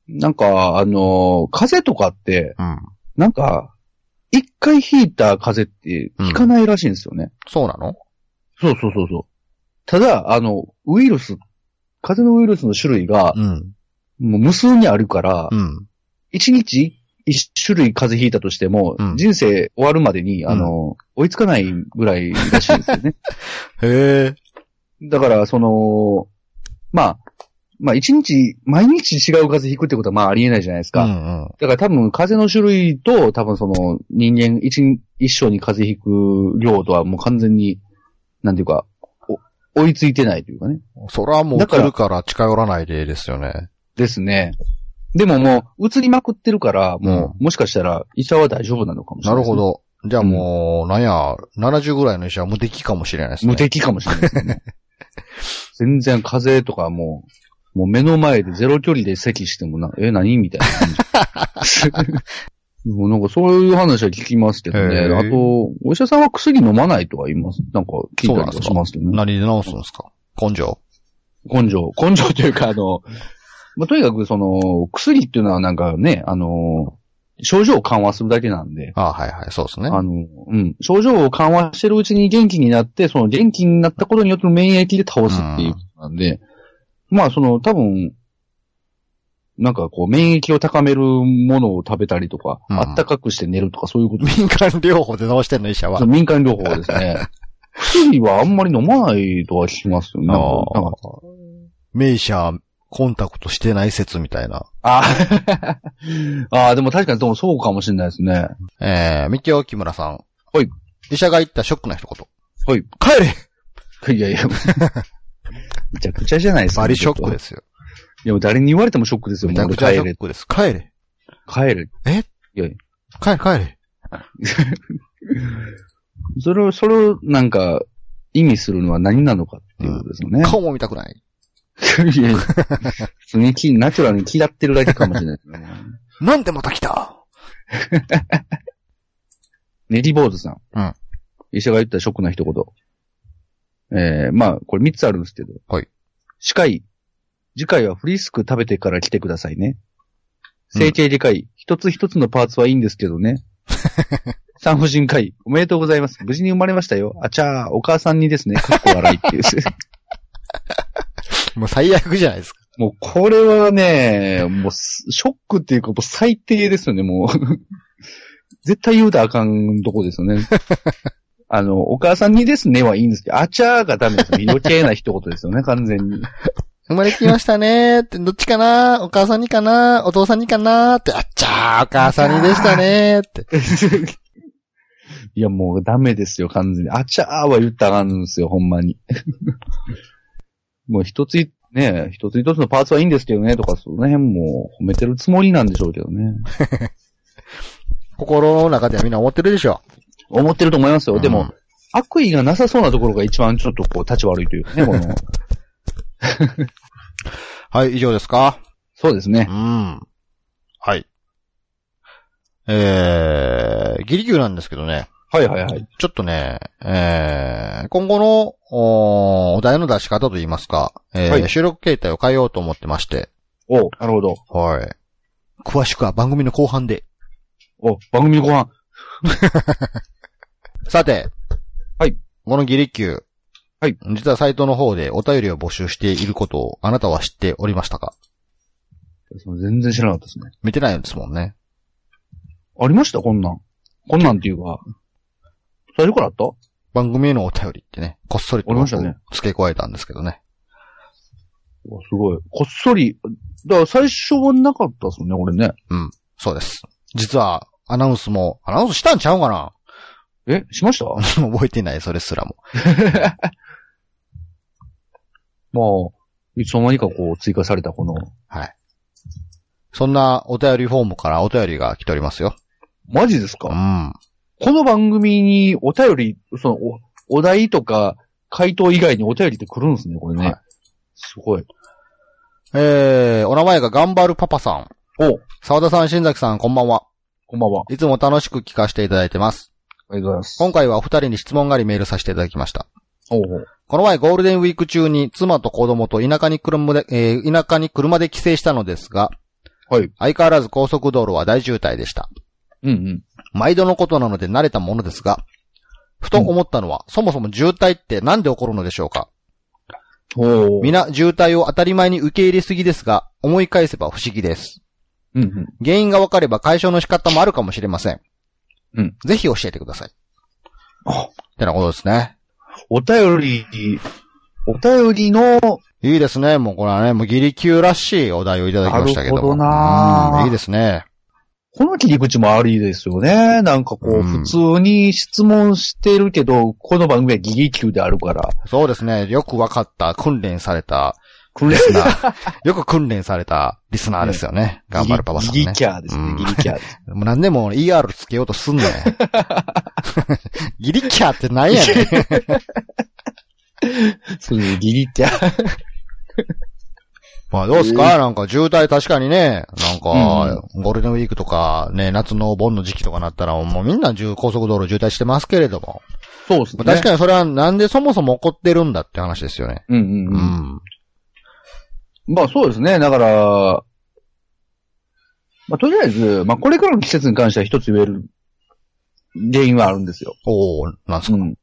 なんか、あの、風邪とかって、
うん。
なんか、一回引いた風邪って効かないらしいんですよね。
そうなの
そうそうそうそう。ただ、あの、ウイルス、風邪のウイルスの種類が、
うん。
もう無数にあるから
う、ん。
一、日一種類風邪ひいたとしても、
うん
人生終わるまでに、あの、追いつかないぐらいらしいんですよね。
へえ。
だから、その、まあ、まあ一日、毎日違う風邪ひくってことはまあありえないじゃないです
う
か。
んうん。
だから多分風邪の種類と、多分その人間一一生に風邪ひく量とはもう完全に、なんていうか、お追いついてないというかね。
そらもう
だから
来るから近寄らないでですよね。
ですね。でももう、移りまくってるから、もう、もしかしたら、医者は大丈夫なのかもしれ
な
な
る
いです
ほ
ね、
ど。じゃあもう、なんや、70ぐらいの医者は無敵かもしれないですね。
無敵かもしれないで
*laughs*
すね。全然風邪とかもう、もう目の前でゼロ距離で咳してもな、え、何みたいな
*laughs*
感じ。もうなんかそういう話は聞きますけどね。
へー
あと、お医者さんは薬飲まないとは言います。なんか聞いたりとかしますけどね。
何で治すんですか根性。*laughs*
根性。根性というか、あの、まあ、とにかくその、薬っていうのはなんかね、あの、症状を緩和するだけなんで、
ああはいはい、そうですね。
あの、うん。症状を緩和してるうちに元気になって、その元気になったことによって免疫で倒すっていうことなんで、まあその多分、なんかこう免疫を高めるものを食べたりとか、
うん
あったかくして寝るとかそういうこと。
民間療法で治してんの医者は
そ。の民間療法で
*laughs*
すね。薬はあんまり飲まないとは聞きますよね。なん
あ
かなんか
あ。名医者、コンタクトしてない説みたいな。
ああー、 *laughs* でも確かにでもそうかもしれないですね。
えー、みきおきむらさん。
はい。
医者が言ったショックな一言。
はい。
帰れ
い
*laughs*
やいや。めちゃくちゃじゃないですか。。
バリショックですすよ。
いや、もう誰に言われてもショックですよ。
めちゃくちゃ
もう
シ
俺
ョ
帰れ
ックです。帰れ。
帰る。
え
いやいや
帰れ帰れ。
それを、それを、なんか、意味するのは何なのかっていうことですよね。
顔も見たくない。
*laughs* いやいや普通にきナチュラルに嫌ってるだけかもしれないですね。
なんでまた来た
ネリボーズさん。
うん。
医者が言ったショックな一言。えー、まあ、これ三つあるんですけど。
はい。
司会、次回はフリスク食べてから来てくださいね。整形外科医、一つ一つのパーツはいいんですけ
*laughs*
どね。産婦人科医、おめでとうございます。無事に生まれましたよ。あちゃー、お母さんにですね、かっこ笑いっていう。
もう最悪じゃないですか。
もうこれはね、もうすショックっていうかもう最低ですよね、もう。 *laughs* 絶対言うたらあかんとこです
*laughs*
よね。あの、お母さんにですねはいいんですけど、あちゃーがダメですね。余計な一言ですよね、完全に。
生まれてきました
*laughs*
ねーって、どっちかなお母さんにかなお父さんにかなーって、あっちゃー、お母さんにでしたねーって。
いや、もうダメですよ、完全に。あちゃーは言ったらあかんんですよ、ほんまに。もう一つい、ね、一つ一つのパーツはいいんですけどね、とか、その辺もう褒めてるつもりなんでしょうけどね。
心の中ではみんな思ってるでしょ。
思ってると思いますよ。でも、
うん
悪意がなさそうなところが一番ちょっとこう、立ち悪いというかね、この。
はい、以上ですか
そうですね
う。ん。はい。えー、ギリギリなんですけどね。
はいはいはい。
ちょっとね、えー、今後のおーお題の出し方といいますか、えー
はい
収録形態を変えようと思ってまして、
おなるほど。
はい。詳しくは番組の後半で。
お番組の後半。
さて、
はい。
このギリ級。
はい。
実はサイトの方でお便りを募集していることをあなたは知っておりましたか
全然知らなかったですね。
見てないんですもんね。
ありましたこんなん。こんなんっていうか。最初からあった
番組へのお便りってね、こっそりと
ありましたね
付け加えたんですけどね。
うわすごい。こっそり。だから最初はなかったですもんね、これね。
そうです。実はアナウンスも、アナウンスしたんちゃうかな *laughs*
えしましたまあ、
覚えてない、それすらも。
いつの間にかこう追加されたこの。
はい。そんなお便りフォームからお便りが来ておりますよ。
マジです
う
か
ん。
この番組にお便り、そのお、お題とか、回答以外にお便りって来るんですね、これね。
はい
すごい。
えー、お名前が頑張るパパさん。
お、
沢田さん、新崎さん、こんばんは。
こんばんは。
いつも楽しく聞かせていただいてます。
ありがとうございます。
今回はお二人に質問がありメールさせていただきました。
おうおう
この前ゴールデンウィーク中に妻と子供と田舎に車で、えー田舎に車で帰省したのですが、
はい。
相変わらず高速道路は大渋滞でした。
うんうん。
毎度のことなので慣れたものですが、ふと思ったのは、そもそも渋滞ってなんで起こるのでしょうか
おうみんな、
皆、渋滞を当たり前に受け入れすぎですが、思い返せば不思議です。
うんうん。
原因が分かれば解消の仕方もあるかもしれません。
うん。
ぜひ教えてください。
あ
ってなことですね。
お便り、お便りの、
いいですね。もうこれはね、もうギリ級らしいお題をいただきましたけども。
なるほどなぁ
うんいいですね。
この切り口もありですよね。なんかこ
う
う、
ん
普通に質問してるけど、この番組はギリ級であるから。
そうですね。よく分かった、訓練された
こ
リ
れ
スナー。 *laughs* よく訓練されたリスナーですよね。頑張るパパさん
ギ
ね
リ。キャーです
う
ね
ん、
ギリキャー。
もう何でも ER つけようとすん
*laughs*
ねん。ギリキャーってなんや
*laughs*
ねん。
そうですギリキャー。
まあどうすか、なんか渋滞確かにね、なんか、ゴールデンウィークとか、ね、夏のお盆の時期とかなったら、もうみんな重高速道路渋滞してますけれども。
そうですね。
確かにそれはなんでそもそも起こってるんだって話ですよね。
に。うん
う
うんうん。
ん。
まあそうですね。だから、まあとりあえず、まあこれからの季節に関しては一つ言える原因はあるんですよ。
おー、なんす
うん。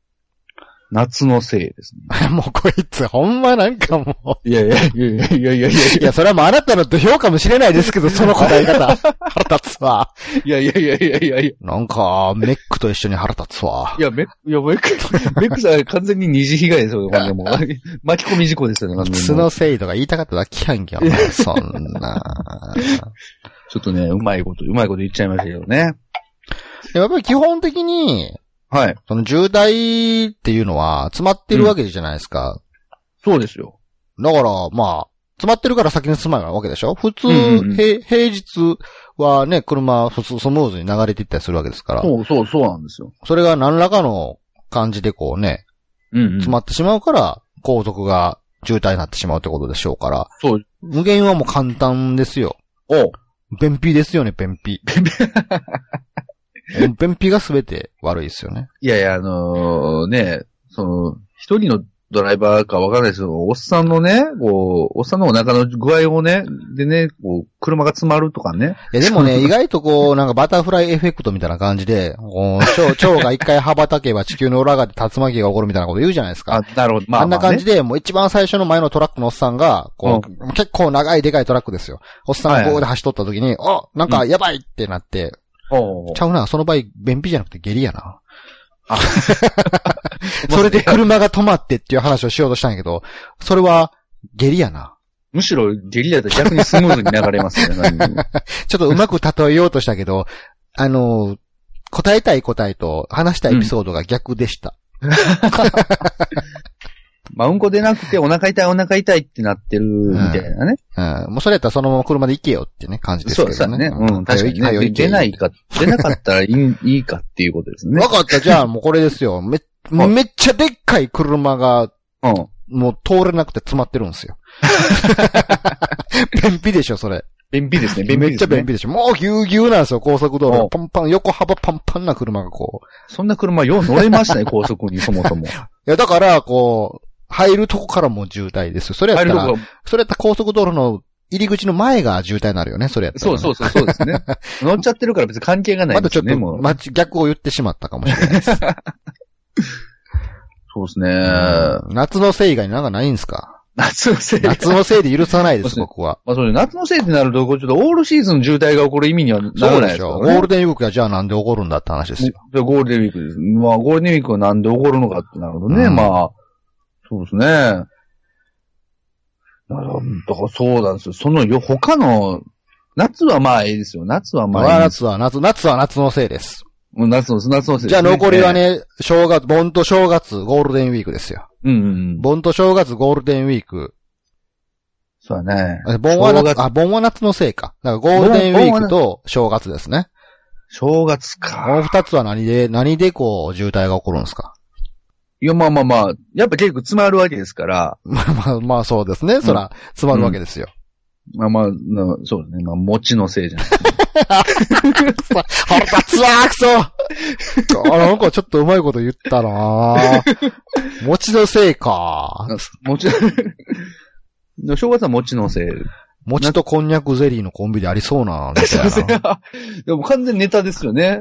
夏のせいですね。
か。 *laughs* もうこいつ、ほんまなんかも
いやいやいやいやいやいや
う。いや、それはもうあなたの土俵かもしれないですけど、その答え方。 *laughs* 腹立つわ。
いやいやいやいやいやいや。
なんか、メックと一緒に腹立つわ
い。や、メック、いや、メック、メックさん完全に二次被害ですよ、これもう。巻き込み事故ですよね、完全に
靴のせいとか言いたかっただけやんけ、お前そんな。
ちょっとね、うまいこと、うまいこと言っちゃいましたけどね。
やっぱり基本的に、
はい。
その渋滞っていうのは詰まってるわけじゃないですか。
そうですよ。
だから、まあ、詰まってるから先に進まないわけでしょ普通、
うんうんうん
へ平日はね、車、普通スムーズに流れていったりするわけですから。
そうそうそうなんですよ。
それが何らかの感じでこうね、
うん、うん。
詰まってしまうから、後続が渋滞になってしまうってことでしょうから。
そう。
無限はもう簡単ですよ。
おう
便秘ですよね、便
*laughs*
秘。便秘がすべて悪いですよね。
いやいや、あのーね、その、一人のドライバーかわかんないですけど、おっさんのね、こう、おっさんのお腹の具合をね、でね、こう、車が詰まるとかね。
いやでもね、意外とこう、なんかバタフライエフェクトみたいな感じで、こう蝶蝶が一回羽ばたけば地球の裏側で竜巻が起こるみたいなこと言うじゃないですか
あ。、なるほど。まあ、
あんな感じ
で。
で、もう一番最初の前のトラックのおっさんが、こう、結構長いでかいトラックですよ。おっさんがここで走っとった時に、あ、なんかやばいってなって、
おう
ちゃうな、その場合、便秘じゃなくて下痢やな
あ。
それで車が止まってっていう話をしようとしたんやけど、それは下痢やな。
むしろ、ゲリラだと逆にスムーズに流れますね。何
ちょっとうまく例えようとしたけど、あの、答えたい答えと話したいエピソードが逆でした。
まあ、うんこ出なくてお腹痛いお腹痛いってなってるみたいなね。
うん。もうそれやったらそのまま車で行けよってね、感じです
そう
け
です
どね。
ね。うん、確かに
早
ね。
行け
出ない。か、出なかったらいいいいかっていうことですね
わ。かった、じゃあもうこれです *laughs* よ。め、
はい
めっちゃでっかい車が
うん。
もう通れなくて詰まってるんですよ。便秘でしょ、それ。
便秘ですね、便秘ですね。
めっちゃ *laughs* 便秘でしょ。もうぎゅうぎゅうなんですよ、高速道
う
路。
ん
パンパン、横幅パンパンな車がこう。
そんな車よう乗れ
*laughs*
ましたね、高速にそもそも。
いや、だから、こう、入るとこからもう渋滞ですよ。それやった
入るとこ
ら
が、
それやったら高速道路の入り口の前が渋滞になるよね、それやったら、。
そうそううそう、そうですね。乗っちゃってるから別に関係がない
ま
で
たち
す
ょっ
ね、
と、
もう。
ま、逆を言ってしまったかもしれないです。
そうですね。
うん夏のせい以外になんかないんですか
夏のせい。
夏のせいで許さないです、
そうですね
僕は。
まあそうね、夏のせいってなると、こうちょっとオールシーズン渋滞が起こる意味にはな
そ
ら
う
ない
で
です
し
か
ょ。ゴ
らね
ールデンウィークがじゃあなんで起こるんだって話ですよ。
でゴールデンウィークです。まあ、ゴールデンウィークはなんで起こるのかってなるほどね。
うん
まあ、そうですね。なるほど。だからそうなんですよ。そのよ、他の、夏はまあいいですよ。夏はまあいいです。
夏は夏、夏は夏のせいです。
うん夏の、夏のせいですね
じゃあ残りは。ね、正月、盆と正月、ゴールデンウィークですよ。
うんうん。
盆と正月、ゴールデンウィーク。
そうだね。
あ盆は
正月
夏、あ、盆は夏のせいか。だからゴールデンウィークと正月ですね。
正月
この
か。
二つは何で、何でこう、渋滞が起こるんですか *laughs*
いや、まあまあまあ、やっぱ結構詰まるわけですから、
まあまあ、まあそうですね。そら、詰まるわけですよ。
まあまあ、なそうですね。まあ、餅のせいじゃない。
さ *laughs* 腹立つわー、く *laughs* そあなんかちょっとうまいこと言った *laughs* なぁ餅のせいか。 *laughs*
餅の、正月は餅のせい。
餅とこんにゃくゼリーのコンビでありそう
*laughs*
な、みたいな。
でも完全にネタですよね。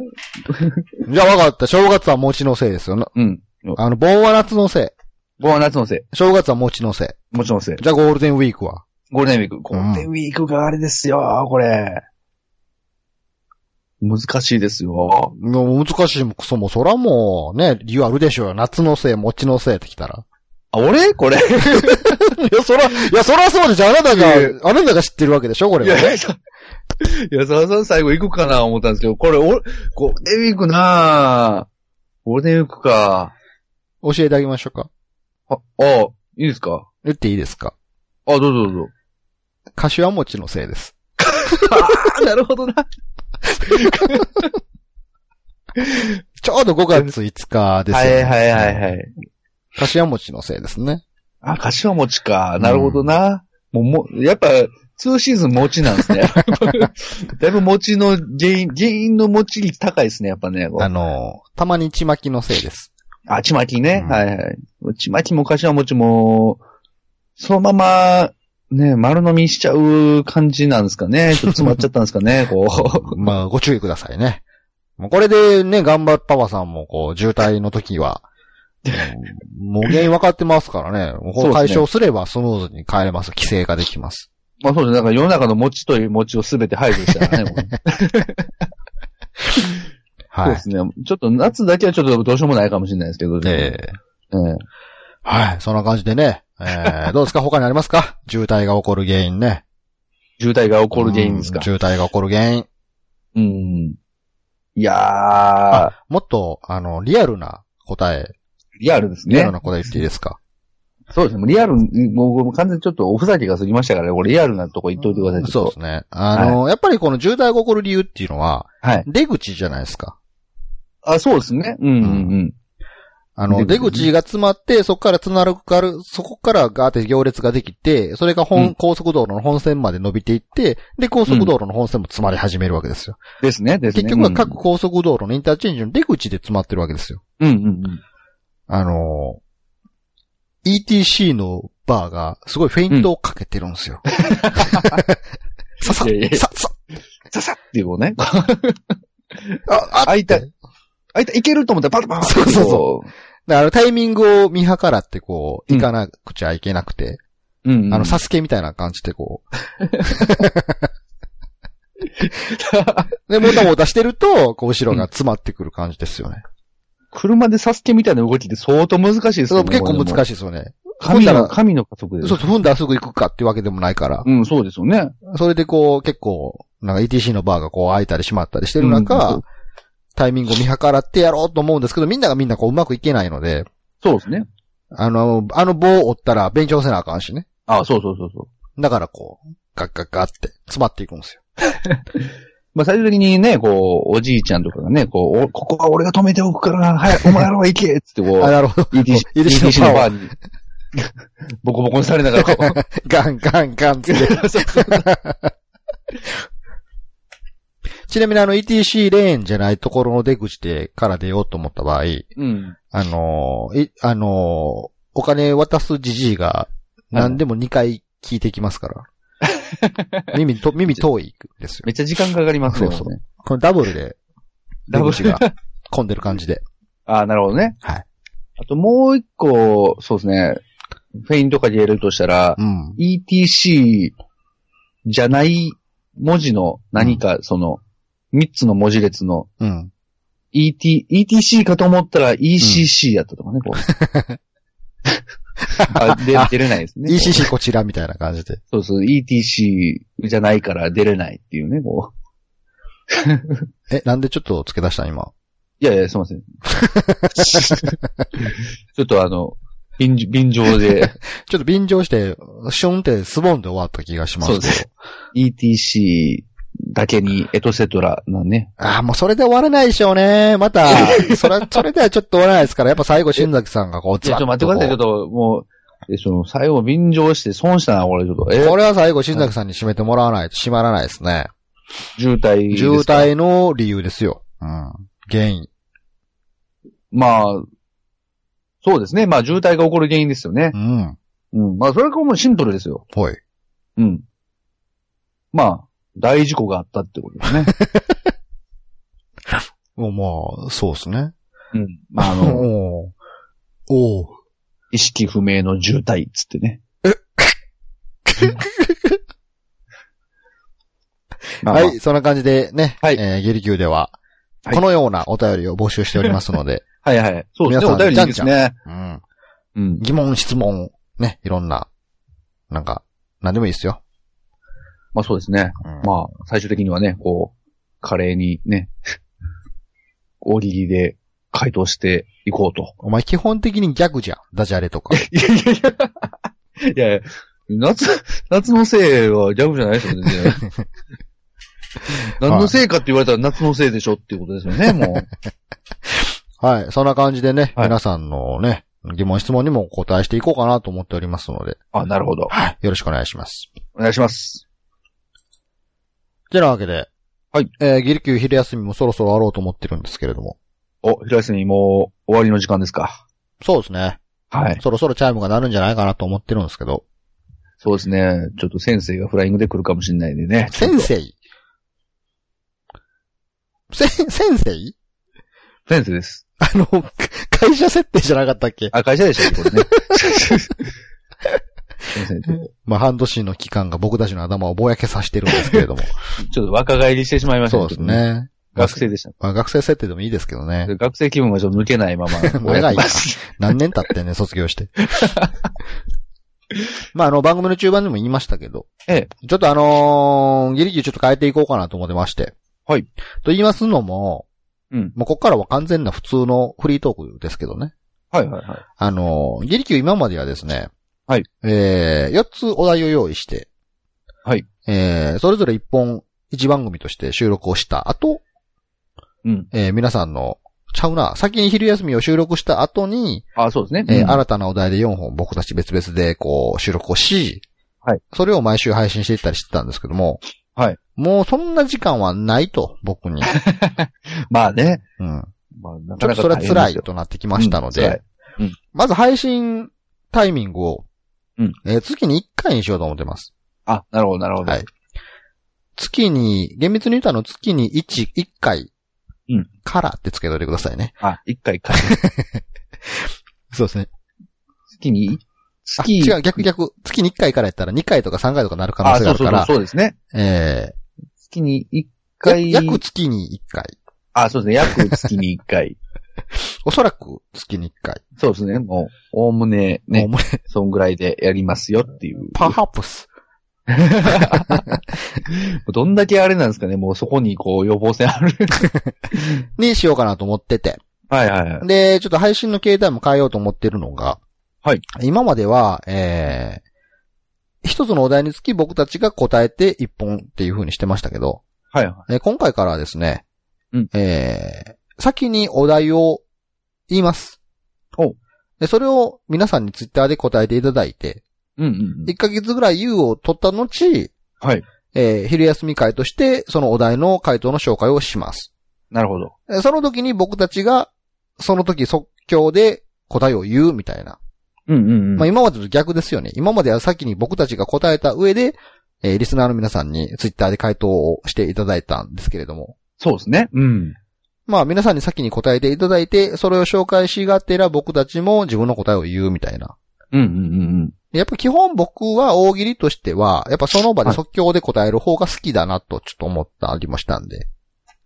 じゃあ分かった。正月は餅のせいですよ。な
うん。
あの、盆は夏のせい。
ごは夏のせい。
正月は餅のせい。
もちろんせい。
じゃあゴールデンウィークは
ゴールデンウィーク。ゴールデンウィークがあれですよ、これ。難しいですよ。
もう難しいもクソも、そらもう、ね、理由あるでしょうよ。夏のせい、餅のせいってきたら。 *laughs*
あ、俺こ *laughs* れ。
いや、そら、いや、そらそうでしょ。あなた
いやい
が、あなたが知ってるわけでしょ、こ
い
れ
や
は。、
いや、ささん最後行くかな思ったんですけど、これ、お、ゴールデンウィークなぁゴールデンウィークか。
教えてあげましょうか。
あ、あ、いいですか
言っていいですか
あ、どうぞどうぞ。
柏餅のせいです。
あ、 *laughs* なるほどな。
ちょうど5月5日ですよ、
は
ね。
いはいはいはい。
柏餅のせいですね。
あ、柏餅か。なるほどな。もう、もう、やっぱ、ツーシーズン餅な
*laughs*
んですね。だいぶ餅の原因、原因の餅率高いですね、やっぱね。こう
あの、たまにちまきのせいです。
あ、ちまきね。
うん
はいはい。ちまきも柏餅も、そのまま、ね、丸飲みしちゃう感じなんですかね。ちょっと詰まっちゃったんですかね、こ
*laughs*
う。
まあ、ご注意くださいね。もうこれでね、頑張るパパさんも、こう、渋滞の時
*laughs*
は、うんもう原因分かってますからね。もうこ
そううですね
解消すればスムーズに帰れます。規制ができます。
まあそうですね。だから世の中の餅という餅をすべて排除したらね。もう
*laughs*
そう
は
で
い。
すね。ちょっと夏だけはちょっとどうしようもないかもしれないですけど。
ええ
ええ
はい。そんな感じでね。
*laughs*
えー、どうですか他にありますか渋滞が起こる原因ね。
渋滞が起
起
こる原因ですか。
渋滞が起こる原因。
うん。いやー、
もっと、あの、リアルな答え、
リアルです
リアル
ね。
な答え言っていいですか、
そうですね。もうリアル、もうもう完全にちょっとおふざけが過ぎましたからね、これリアルなとこ言っといてください。ちょっと
そうですね。あの、やっぱりこの渋滞が起こる理由っていうのは、
はい。
出口じゃないですか。
あ、そうですね。うんうんうん。
あの、
出
出
口ね
口が詰まって、そこから繋がるから、そこからガーって行列ができて、それが本、
うん
高速道路の本線まで伸びていって、で、高速道路の本線も詰まり始めるわけですよ。
ですね、ですね。
結局は各高速道路のインターチェンジの出口で詰まってるわけですよ。
うんうんうん。
あのー、ETC のバーがすごいフェイントをかけてるんですよ。ささ
いやいや、
ささ、
ささっていうこ
*laughs*
うね。
あ、あ
あいた
って
あいた、いけると思ったらパッパッパッ
そうそう
そ
だからタイミングを見計らってこう、
うん
行かなくちゃいけなくて、
う。うん、うん。
あの、サスケみたいな感じでこう、で、もたもたしてると、こう、後ろが詰まってくる感じですよね。
車でサスケみたいな動きって相当難しいです
そう結構
しい。
難しいですよね。
神
ほんなら
の、神の加速です。
そう、踏んだらすぐ行くかっていうわけでもないから。
うん、そうですよね。
それでこう、結構、なんか ETC のバーがこう開いたり閉まったりしてる
うん
中、タイミングを見計らってやろうと思うんですけど、みんながみんなこううまくいけないので、
そうですね。
あの、あの棒を折ったら勉強せなあかんしね。
あそうそうそうそう。
だからこう、ガッガッガッって詰まっていくんですよ。
まあ、最終的にね、こう、おじいちゃんとかがね、こう、おここは俺が止めておくから、早くお前らは行けっつってこ
*laughs*
う
あ、、なるほど。
ETC,
ETC の
のバーに、 *laughs* ボコボコにされながらこ
*laughs*
う、
ガンガンガンっつって。ちなみにあの ETC レーンじゃないところの出口でから出ようと思った場合、
うん。
あのーい、あのーお金渡すじじいが何でも2回聞いてきます
*laughs*
から。耳と、耳遠いですよ。
めっちゃ時間かかりますね。
そうそう
ね
このダブルで出
ダブ
口
ル
が混んでる感じで。
ああ、なるほどね。
はい。
あともう一個、そうですね。フェインとかでやるとしたら
う、ん。
ETC じゃない文字の何か、その、三つの文字列の
うん。
ET、ETC かと思ったら ECC やったとかね、こう。 *laughs* あで出れないですね。こ
ECC こちらみたいな感じで。
うそうそう、ETC じゃないから出れないっていうね、こう。
え、なんでちょっと付け出したん今。
いやいや、すいま *laughs* せん。ちょっとあの、便乗便乗で、
ちょっと便乗して、シュンってスボンで終わった気がします
そう
け
で
ど。
す。ETC だけにエトセトラなね。
ああ、もうそれで終わらないでしょうね。ま *laughs* た、それ、それではちょっと終わらないですから、やっぱ最後、新崎さんがこう、
い
ず
や、ちょっと待ってください、ちょっと、もう、えその、最後便乗して損したな、これ、ちょっと。え
これは最後、新崎さんに締めてもらわないと締まらないですね。
渋滞ですか
渋。滞の理由ですよ。うん。原因。
まあ、そうですね。まあ、渋滞が起こる原因ですよね
う。ん。
うん。まあ、それはもうシンプルですよ。
ほい。
うん。まあ、大事故があったってことですね。
もう、まあ、 *laughs* そうですね。
うん。まあ、あの、
おうおう
意識不明の渋滞っつってね。 *laughs* まあまあ
はい、そんな感じでね、
はい
えーゲリキューでは、
はい
このようなお便りを募集しておりますので、
はいはい。そうです
皆さ
ね。お
ん
便りいいですね。
うん。
うん。
疑問、質問、ね、いろんな、なんか、なんでもいいですよ。
まあそうですね。
うん
まあ、最終的にはね、こう、華麗にね、 *laughs* 大喜利で回答していこうと。
お前基本的にギャグじゃん。ダジャレと
*laughs*
か。
いやいやいや。いやいや、夏、夏のせいはギャグじゃないですよ、全然。
*laughs*
何のせいかって言われたら夏のせいでしょっていうことですよね、もう。
はい。そんな感じでね、
はい
皆さんのね、疑問質問にもお答えしていこうかなと思っておりますので、
あ、なるほど。
はい。よろしくお願いします。
お願いします。
てなわけで、
はい。
えー、ギリキュー昼休みもそろそろあろうと思ってるんですけれども。
お、平休みもう終わりの時間ですか。
そうですね。
はい。
そろそろチャイムが鳴るんじゃないかなと思ってるんですけど。
そうですね。ちょっと先生がフライングで来るかもしれないんでね。
先生せ、先生
先生です。
あの、会社設定じゃなかったっけ
あ、会社でしたっけ、こ
*laughs*
れね。先生、
まあ、半年の期間が僕たちの頭をぼやけさせてるんですけれど
*laughs*
も。
ちょっと若返りしてしまいました
そうです。ね。
学生でした。
まあ、学生設定でもいいですけどね。
学生気分がちょっと抜けないまま。
*laughs* 長
*laughs*
いな何年経ってんね、 *laughs* 卒業して。まあ、あの、番組の中盤でも言いましたけど。
え
ちょっとあのーギリギリちょっと変えていこうかなと思ってまして。
はい
と言いますのも、
うん。
もうこっからは完全な普通のフリートークですけどね。
はいはいはい。
あのーギリキュー今まではですね。
はい。
えー、4つお題を用意して。
はい。
えー、それぞれ1本、1番組として収録をした後、
うん。
えー、皆さんのちゃうな。先に昼休みを収録した後に、
あ、そうですね。
えー
うん
新たなお題で4本僕たち別々でこう収録をし、
はい
それを毎週配信していったりしてたんですけども、
はい
もうそんな時間はないと、僕
*laughs*
に。
まあね。
うん。
まあ、な
ちょ
か
っと
なか
それは辛
大変で
い
すよ
となってきましたの
うん
で、
辛
まず配信タイミングを、
うん
えー月に1回にしようと思ってます。
あ、なるほど、なるほど。
はい月に、厳密に言うとあの月に1、1回
うん
からって付けといてくださいね。
あ、一回か。
そうですね。
月
あ、
に月
違う、逆逆。月に1回からやったら2回とか3回とかなる可能
あ、
性が
そ
ある
うそう
か
そ
ら、
う、そうですね。
え
月に
ー
一回。
や約月に1回。
あ、そうですね。約月に一 *laughs* 回。
おそらく月に1回。
そうですね。もう、おおむね、ね
お、もれ
そんぐらいでやりますよっていう。
パハプス。
*laughs* どんだけあれなんですかね。もうそこにこう予防線ある。 *laughs*
にしようかなと思ってて。
はいはいはい。
で、ちょっと配信の形態も変えようと思ってるのが、
はい。
今までは、えー、一つのお題につき僕たちが答えて一本っていう風にしてましたけど、
はいは
えー今回からはですね、
うん
えー、先にお題を言います。
お
で、それを皆さんにツイッターで答えていただいて、
い。うんうん。
1ヶ月ぐらい U を取った後、
はい。
えー、昼休み会として、そのお題の回答の紹介をします。
なるほど。
えーその時に僕たちが、その時即興で答えを言うみたいな。
うんうんうん。
まあ今までと逆ですよね。今までは先に僕たちが答えた上で、えーリスナーの皆さんにツイッターで回答をしていただいたんですけれども。
そうですね。うん。
まあ皆さんに先に答えていただいて、それを紹介しがてら僕たちも自分の答えを言うみたいな。
うんうんうんうん。
やっぱ基本僕は大喜利としては、やっぱその場で即興で答える方が好きだなとちょっと思ったりもしたんで。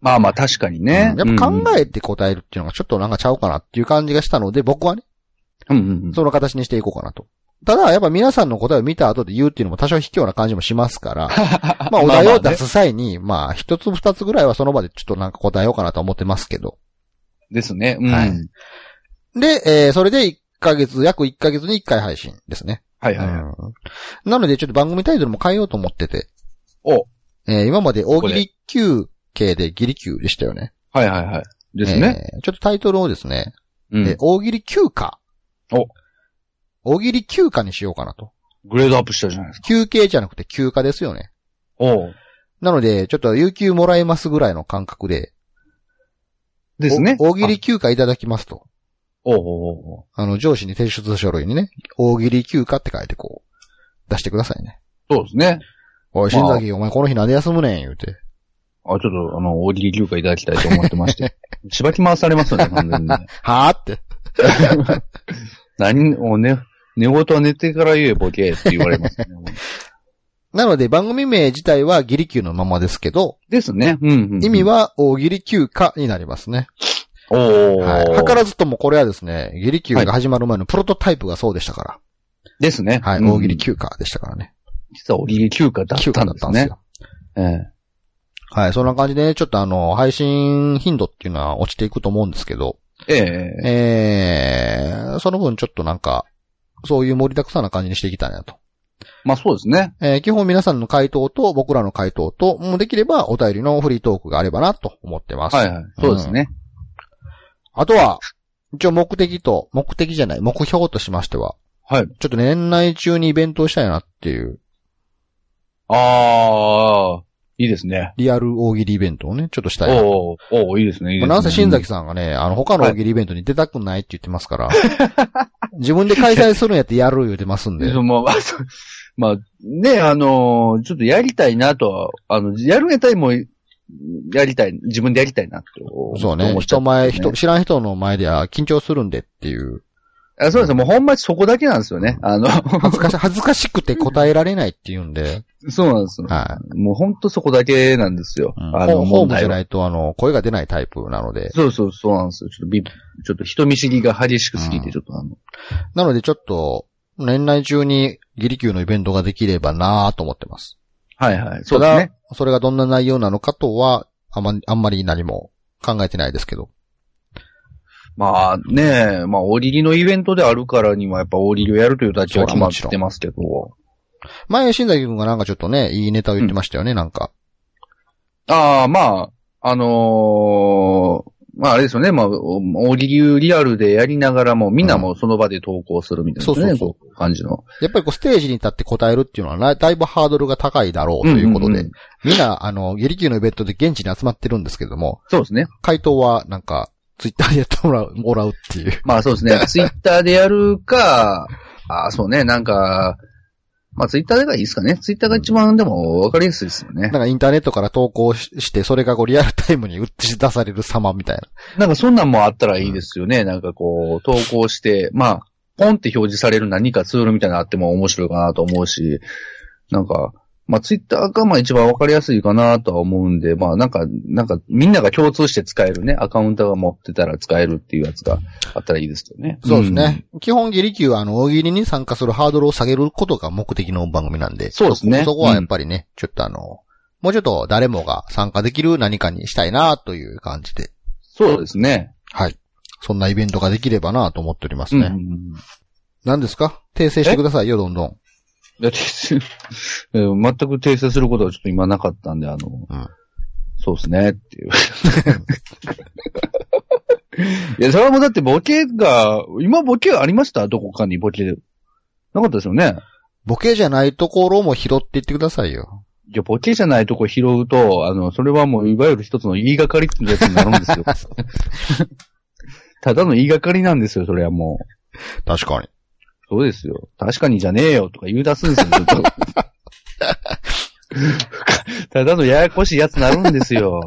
まあまあ確かにね。
うんやっぱ考
え、
えて答えるっていうのがちょっとなんかちゃうかなっていう感じがしたので、僕はね、
うんうんうん。
その形にしていこうかなと。ただ、やっぱ皆さんの答えを見た後で言うっていうのも多少卑怯な感じもしますから、まあお題を出
ね
す際に、まあ一つ二つぐらいはその場でちょっとなんか答えようかなと思ってますけど。
ですね。うん。
は
はいい
で、えー、それで1ヶ月、約1ヶ月に1回配信ですね。
はい
うん
はい。
なのでちょっと番組タイトルも変えようと思ってて、
お、
えー、今まで大喜
ここ
利休憩でギリ休でしたよね。
はいはいはい。ですね。
えー。ちょっとタイトルをですね、
うん
えー大喜利休暇。
お
大喜利休暇にしようかなと。
グレードアップしたじゃないですか。
休憩じゃなくて休暇ですよね。
おう
なので、ちょっと有給もらえますぐらいの感覚で、
ですね。
お大喜利休暇いただきますと。
おうおうおうおう
あの、上司に提出書類にね、大喜利休暇って書いてこう、出してくださいね。
そうですね。
おい、
まあ
新崎、お前この日なんで休むねん、言うて。
あ、ちょっと、あの、大喜利休暇いただきたいと思ってま
*laughs*
して。しばき回されますよね、完全にね。
はぁって。
何をね、寝言は寝てから言えボケって言われますね。
なので、番組名自体はギリ休のままですけど、
ですね。うんうんうん。
意味は大喜利休暇になりますね。
おー。
はい。図らずともこれはですね、ギリ休が始まる前のプロトタイプがそうでしたから。
ですね。
はい、
うん
大喜利。休暇でしたからね。
実は大喜利休暇だ
休
った
暇だっ
んで
た
す
んです
ね。
よ。
ええ
はい、そんな感じでね、ちょっとあの、配信頻度っていうのは落ちていくと思うんですけど、
ええ
えー、その分ちょっとなんか、そういう盛りだくさんな感じにしていきたいなと。
まあそうですね。
えー基本皆さんの回答と僕らの回答と、もうできればお便りのフリートークがあればなと思ってます。
はいはい。そうですね。
あとは、一応目的と、目的じゃない、目標としましては、
はい。
ちょっと年内中にイベントをしたいなっていう、
ああ、いいですね。
リアル大喜利イベントをね、ちょっとしたいなと
おーおーいいですね。いい
ま
です
あ
ね
なんせ新崎さんがね、あの、他の大喜利イベントに出たくないって言ってます
*laughs*
から、自分で開催するんやってやる言うてますんで
で、、まあ、そうまあ、ね、あのーちょっとやりたいなとは、あの、やるネタにも、やりたい、自分でやりたいなと。
そうね、
思っち
人
ゃったん
前、
ですね
人、知らん人の前では緊張するんでっていう、
あそうですもうほんまそこだけなんですよね。あの、 *laughs*
恥ずかし、恥ずかしくて答えられないっていうんで、
そうなんですよ。
はい。
もうほんとそこだけなんですよ。
うんホ
あの、
ーホー
問
ムじ
題
ゃな
は。
いと、あの、声が出ないタイプなので、
そうそう、そうなんですよ。ちょっとび、ちょっと人見知りが激しくすぎ
うん
て、ちょっとあの、
なのでちょっと、年内中にギリ級のイベントができればなぁと思ってます。
はいはい。そうですね。
それがどんな内容なのかとは、あま、あんまり何も考えてないですけど。
まあね、まあ、大喜利のイベントであるからには、やっぱ大喜利をやるというだけは決まってますけど。
前、新崎くんがなんかちょっとね、いいネタを言ってましたよね、なんか。
ああ、まあ、あのーまああれですよね、まあ、おおリ流リアルでやりながらも、みんなもうその場で投稿するみたいな、ね
そうそうそう
こう感じの。
やっぱりこうステージに立って答えるっていうのはな、だいぶハードルが高いだろうということで、
んんん
みんな、あの、ゲリキューのイベントで現地に集まってるんですけれども、
そうですね。
回答はなんか、ツイッターでやってもらう、もらうっていう。
まあそうで
*laughs*
すね。ツイッターでやるか、ああ、そうね、なんか、まあツイッターがいいですかね。ツイッターが一番でもわかりやすいですよね
なん。かインターネットから投稿しして、それがこうリアルタイムに打ち出される様みたいな。
なんかそんなんもあったらいいですよね。なんかこう、投稿して、まあ、ポンって表示される何かツールみたいなのあっても面白いかなと思うし、なんか、まあツイッターがまあ一番わかりやすいかなとは思うんで、まあなんか、なんかみんなが共通して使えるね、アカウントが持ってたら使えるっていうやつがあったらいいですよね。
そうですね。基本ギリキューはあの、大喜利に参加するハードルを下げることが目的の番組なんで。
そうですね
そこそこはやっぱりね、ちょっとあの、もうちょっと誰もが参加できる何かにしたいなという感じで。
うん。そうですね。
はい。そんなイベントができればなと思っております
うんう
ね。
んうん。
何ですか訂正してくださいよ、どんどん。
だって、訂正えー全く訂正することはちょっと今なかったんで、あの、
うん
そうですね、っていう。 *laughs* いや、それはもうだってボケが、今ボケありましたどこかにボケ。なかったですよね。
ボケじゃないところも拾っていってください
*laughs*
よ。
いや、ボケじゃないとこ拾うと、あの、それはもういわゆる一つの言いがかりっていうやつになるん
*laughs*
ですよ。ただの言いがかりなんですよ、それはもう。
確かに。
そうですよ。確かにじゃねえよとか言
*laughs*
う出すんですよ、ずっとただのややこしいやつになるんですよ。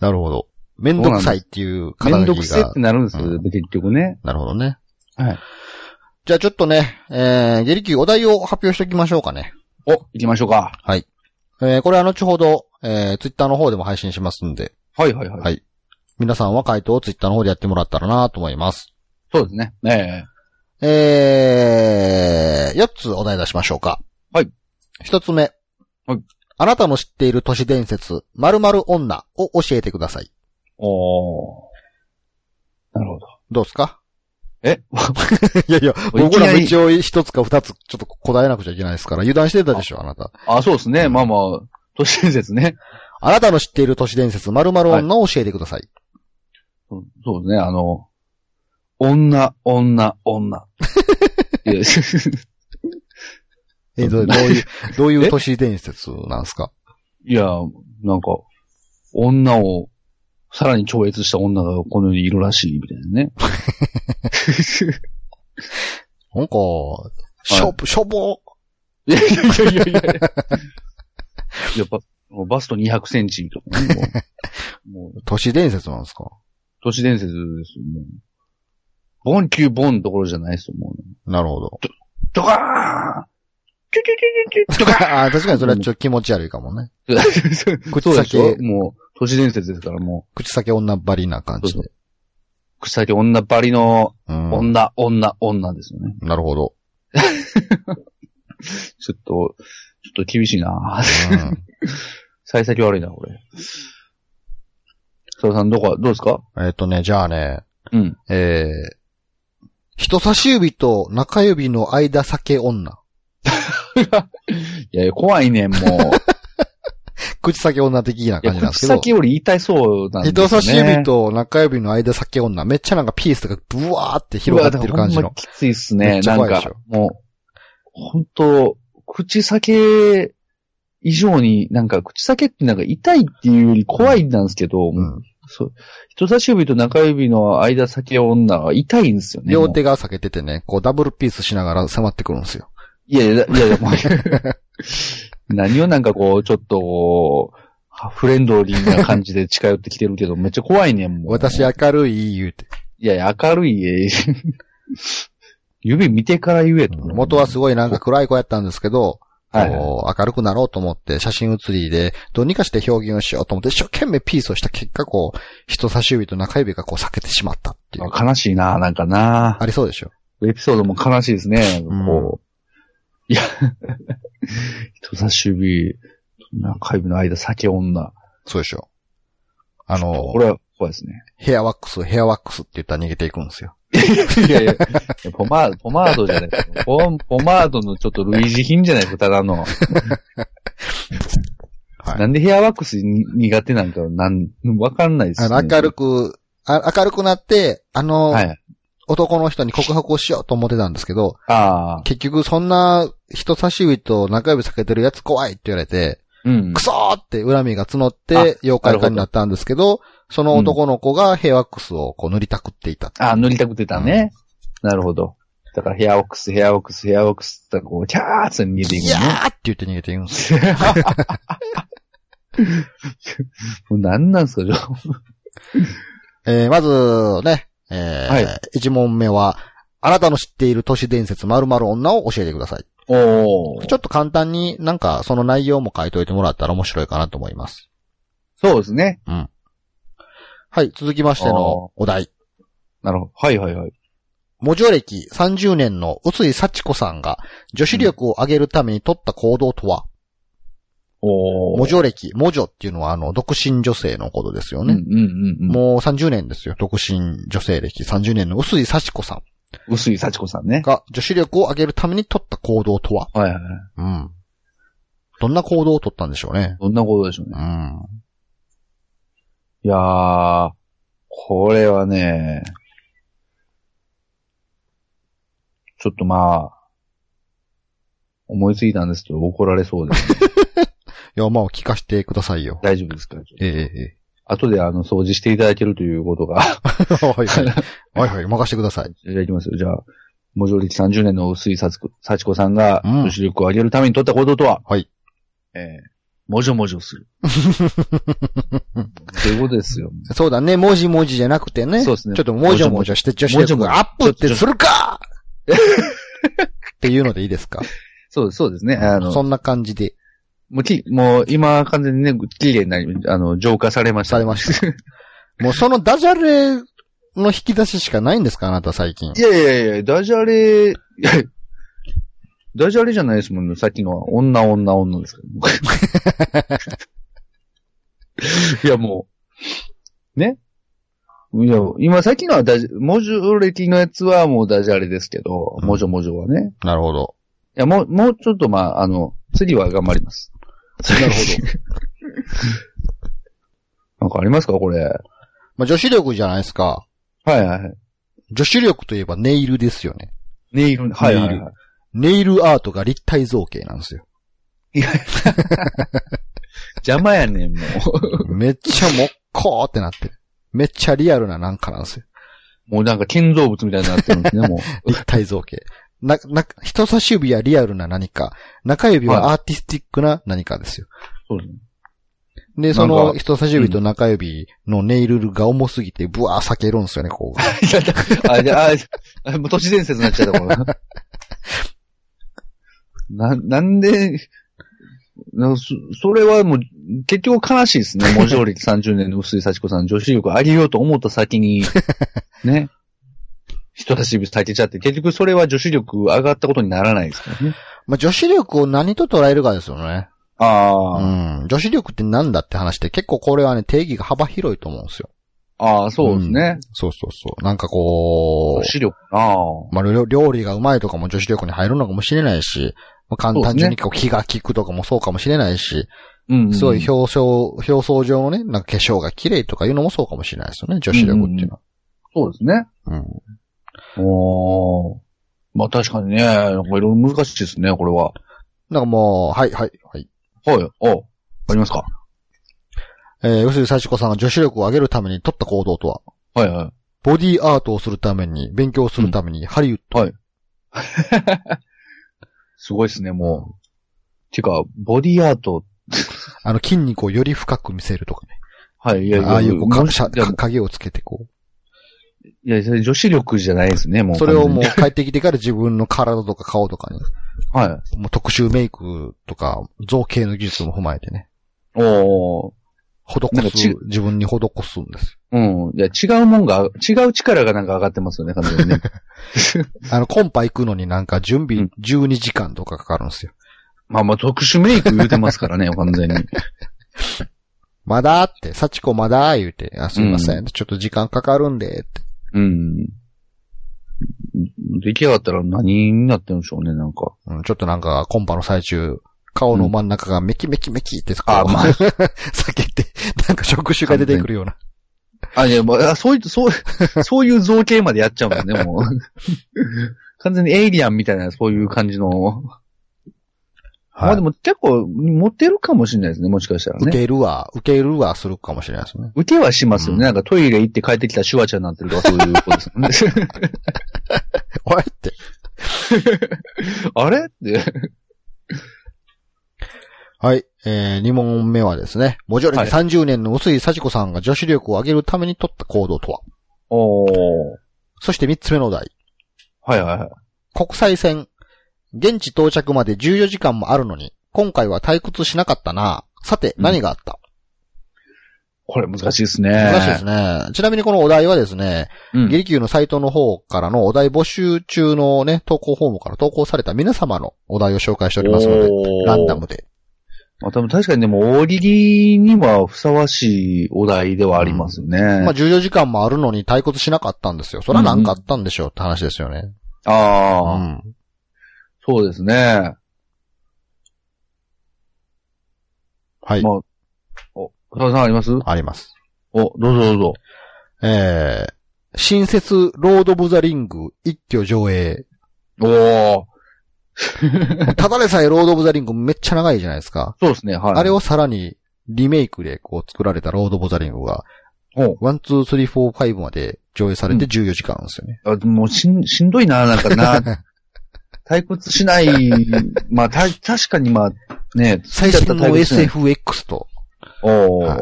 なるほど。めんどくさいっていう
め
肩
ん
書
どく
き
せえっ
が
て。なるんですよ、
う
結局ね。
なるほどね。
はい。
じゃあちょっとね、えー、ゲリキューお題を発表しておきましょうかね。
お、行きましょうか。
えー、これは後ほど、えー、ツイッターの方でも配信しますんで、
はいはいはい。
はい皆さんは回答をツイッターの方でやってもらったらなと思います。
そうですね。ね
えー、4つお題出しましょうか。
はい。
1つ目。
はい。
あなたの知っている都市伝説、〇〇女を教えてください。
え。おー。なるほど。
どうですか *laughs*
え *laughs*
いやいや、
い
僕
きな
らも
り
一応一つか二つちょっと答えなくちゃいけないですから、油断してたでしょ、あなた。
あ、そうですね。
うん
まあまあ、都市伝説ね。
あなたの知っている都市伝説、〇〇女を教えてください。
そうそうですね。あの、女、女、 *laughs* 女。いや
えどうどういう、どういう都市伝説なんですか
*laughs* いや、なんか、女を、さらに超越した女がこの世にいるらしい、みたいな *laughs* ね。
なんか、しょ、しょぼ、
いやいやいやいやいや。 *laughs* やっぱ、バスト200センチとかね、もう *laughs* もう、
都市伝説なんですか
都市伝説ですよ、もう。ボンキューボンどころじゃないですよ、もう。
なるほど。
ドカーンキュキュキュキュキュド
*laughs*
カ
あー確かにそれはちょっと気持ち悪いかもね。
ーン
口
そうでしょ
先、
もう、都市伝説ですから、も
口先女ばりな感じ
そう
で。
う、口先女ばりの
うん。
女、女、女ですよね。
なるほど。
ちょっと、ちょっと厳しいな *laughs* ぁ。
うん
幸先悪いな、これ。佐藤さん、どこ、どうですか
えっとね、じゃあね、
うん。
えー、人差し指と中指の間酒女。
いやいや、怖いねん、もう。
口先女的ない
や、
感じなんです
口
けど。
先より言いたいそうなんですよ
人
ね。
差し指と中指の間酒女。めっちゃなんかピースがブワーって広がってる感じ
うわだからほんま
の。
きついっす
め
ね。
っちゃ
なん
怖いでし
か
ょ、
もう、本当口先以上に、なんか、口先ってなんか痛いっていうより怖いなんですけど、
うん
そう人差し指と中指の間先女は痛いんですよね。
両
もう。
手が避けててね、こうダブルピースしながら迫ってくるんですよ。
いやいや、いやいや、もう *laughs* 何をなんかこう、ちょっとこう、フレンドリーな感じで近寄ってきてるけど、めっちゃ怖いねん、もう。
私明るい言うて。
いやいや、明るい *laughs* え。指見てから言えと。
元はすごいなんか暗い子やったんですけど、
はいはい
こう明るくなろうと思って写真写りで、どうにかして表現をしようと思って一生懸命ピースをした結果、こう、人差し指と中指がこう避けてしまったっていう。
悲しいな、なんかな。
ありそうでしょ。
エピソードも悲しいですね。
うん
こう。いや、 *laughs* 人差し指、中指の間、酒女。
そうでしょ。あの
こ、れは怖いですね。
ヘアワックス、ヘアワックスって言ったら逃げていくんですよ。
*laughs* いやいや、ポマード、ポマードじゃないですか。ポン、ポマードのちょっと類似品じゃないですか、ただ *laughs* の。
はい
なんでヘアワックスに苦手なんか、なん、わかんないです、
あ
ね。
の、明るくあ明るくなって、あの、
はい。
男の人に告白をしようと思ってたんですけど、
ああ。
結局そんな人差し指と中指避けてるやつ怖いって言われて、
うん
ク。ソーって恨みが募って
あ
妖怪化になったんですけど、その男の子がヘアワックスをこう塗りたくっていた。
ああ、塗りたくってたね。なるほど。だからヘアオックス、ヘアオックス、ヘアオックスってこう、キャーって逃げてい
い
く
や
のね。
ーって言って逃げているんですよ。
もう何なんすか、じゃあ
えー、まず、ね、えー
はい
一問目は、あなたの知っている都市伝説〇〇女を教えてください。
おー
ちょっと簡単になんかその内容も書いといてもらったら面白いかなと思います。
そうですね。
はい、続きましてのお題。
なるほど。はいはいはい。
文字歴30年の宇井幸子さんが女子力を上げるために取った行動とは、
おー。
文字歴、文字っていうのはあの、独身女性のことですよ
うんう
ね。
んうんうん。
もう30年ですよ。独身女性歴30年の薄井幸子さん
薄い幸子さんね。
が女子力を上げるために取った行動とは
はいはい。
うん。どんな行動を取ったんでしょうね。
どんなことでしょう
う
ね。
ん。
いやー、これはね、ちょっとまあ、思いついたんですけど怒られそうです。 *laughs*
いや、まあ、聞かせてくださいよ。
大丈夫ですか
えええ *laughs*
後であの、掃除していただけるということが。 *laughs*
え。はいはい。はいはい、任してください。
じゃあ行きますよ。じゃあ、文字歴30年の薄井幸子幸子さんが、
うん
女子力を上げるために取った行動とは
はい。
えー、もじょもじょ
*laughs*
する。そういうことですよ。
そうだね、文字文字じゃなくてね。
そうですね
ちょっともじょもじょして女子力がアップってするか *laughs* っていうのでいいですか
そうです、そうですね。あの、
そんな感じで
もうき、もう今完全にね、綺麗になり、あの、浄化されました。
されました。もうそのダジャレの引き出ししかないんですかあなた最近
い。やいやいや、ダジャレ、 *laughs* いやダジャレじゃないですもんね。さっきのは、女女女ですから。 *laughs* いや、もう、ね。いや、今さっきのはダジ、文字歴のやつはもうダジャレですけど、
うん
もじょもじょはね。
なるほど。
いや、もう、もうちょっとまあ、あの、次は頑張ります。
るほ
な *laughs* ど。なんかありますかこれ。は
まあ、女子力じゃないですか。
いはいはい。
女子力といえばネイルですよね。
ネイル、はいはい
ネイ
はい。
ネイルアートが立体造形なんですよ。
邪魔やねん、もう。
めっちゃもっこーってなってる。めっちゃリアルななんかなんですよ。
*laughs* もうなんか建造物みたいになってるんです *laughs* ね、もう。
立体造形。な、な、人差し指はリアルな何か、中指はアーティスティックな何かですよ。
そうですね。
で、そ
なん
の
か
人差し指と中指のネイルが重すぎて、ブワー裂けるんですよね、こう。
いやだあ、じゃあ、ああもう都市伝説になっちゃったもん。 *laughs* な、なんで、なそそれはもう、結局悲しい *laughs* ですね。文字力30年の薄井幸子さん、女子力上げようと思った先 *laughs* に、ね。人差し指炊けちゃって、結局それは女子力上がったことにならないですからね。
まあ、女子力を何と捉えるかですよね。う
ああ、
ん。女子力って何だって話で、結構これはね、定義が幅広いと思うんですよ。
ああ、そうですね。
そうそうそう。なんかこ
女
う、
子力なあ。
まあ、料料理がうまいとかも女子力に入るのかもしれないし、まあ、簡単純にこう気が利くとかもそうかもしれないし、
うん、うん。
すごい表彰、表層上のね、なんか化粧が綺麗とかいうのもそうかもしれないですよね、女子力っていうのは。
そうですね。
うん。
おー。まあ確かにね、なんかいろいろ難しいですね、これは。
なんかもう、はい、はい、はい。
はい、おありますか
えー、吉井幸子さんが女子力を上げるために取った行動とは、
はいはい。
ボディアートをするために、勉強するために、ハリウッド。
すごいですね、もう。てか、ボディアート、
あの、筋肉をより深く見せるとかね。
はい、いやいや、
ああいう、こう、
も
か
う
しゃ
いや
か影をつけて、こ
いや、それ女子力じゃないですね、も
う。
う。
それを
完
も
全
う
に、
帰ってきてから自分の体とか顔とかに、
はい。
もう特殊メイクとか、造形の技術も踏まえてね、
おー。なん
施
かち
す、自分に施すんです。
うん。いや、違うもんが、違う力がなんか上がってますよね、完全に
*laughs*
ね。
あの、コンパ行くのになんか準
う
備
ん
12時間とかかかるんですよ。
まあまあ、特殊メイク言うてますからね、完全に。
まだって、幸子まだ言うて、あ、すいません、ちょっと時間かかるんで、って。
うん。出来上がったら何になってるんでしょうね、なんか。
うん、ちょっとなんか、コンパの最中、顔の真ん中がメキメキメキって、こう
あまあ
避けて、なんか触手が出てくるような。
あ、いや、まあ、そういう、そう、 *laughs* そういう造形までやっちゃうんだね、もう。 *laughs* 完全にエイリアンみたいな、そういう感じの。まあで
も、
も結構、モテるかもしれないですね、もしかしたら
受
ね。
けるわ、受けるわするかもしれないですね。 *laughs*
受けはしますよね。
うん
なんかトイレ行って帰ってきたらシュワちゃんになってるとかそういうことです
*laughs*
よね。 *laughs*
おいって。
あれって。
はい。えー、2問目はですね、モジョレ
はい
歴30年の薄井幸子さんが女子力を上げるために取った行動とは
おー。
そして3つ目のお題。
はいはいはい。
国際線。現地到着まで14時間もあるのに、今回は退屈しなかったな。さて、
うん
何があった、
これ難しいですね。
難しいですね。ちなみにこのお題はですね、
うん
ゲリキューのサイトの方からのお題募集中のね、投稿フォームから投稿された皆様のお題を紹介しておりますので、
おー
ランダムで。
まあ、多分確かにでも、大喜利にはふさわしいお題ではありますよね。
まあ14時間もあるのに退屈しなかったんですよ。それは何かあったんでしょうって話ですよね。う
ああ、
ん。
そうですね。
はい
ま。あお、ふさわさんあります
あります。
お、どうぞどうぞ。
えー、新設ロード・オブ・ザ・リング一挙上
*laughs*
映。
おー。
ただでさえロード・オブ・ザ・リングめっちゃ長いじゃないですか。
そうですね、はい。
あれをさらにリメイクでこう作られたロード・オブ・ザ・リングが、
おう
1、2、3、4、5まで上映されて14時間ですよね。
あもうしん、しんどいな、なん
*laughs*
かな。退屈しない。まあ、た、確かにまあ、ね、
最新
好
の
きだったら退屈しない。
SFX と、
おお、、
はい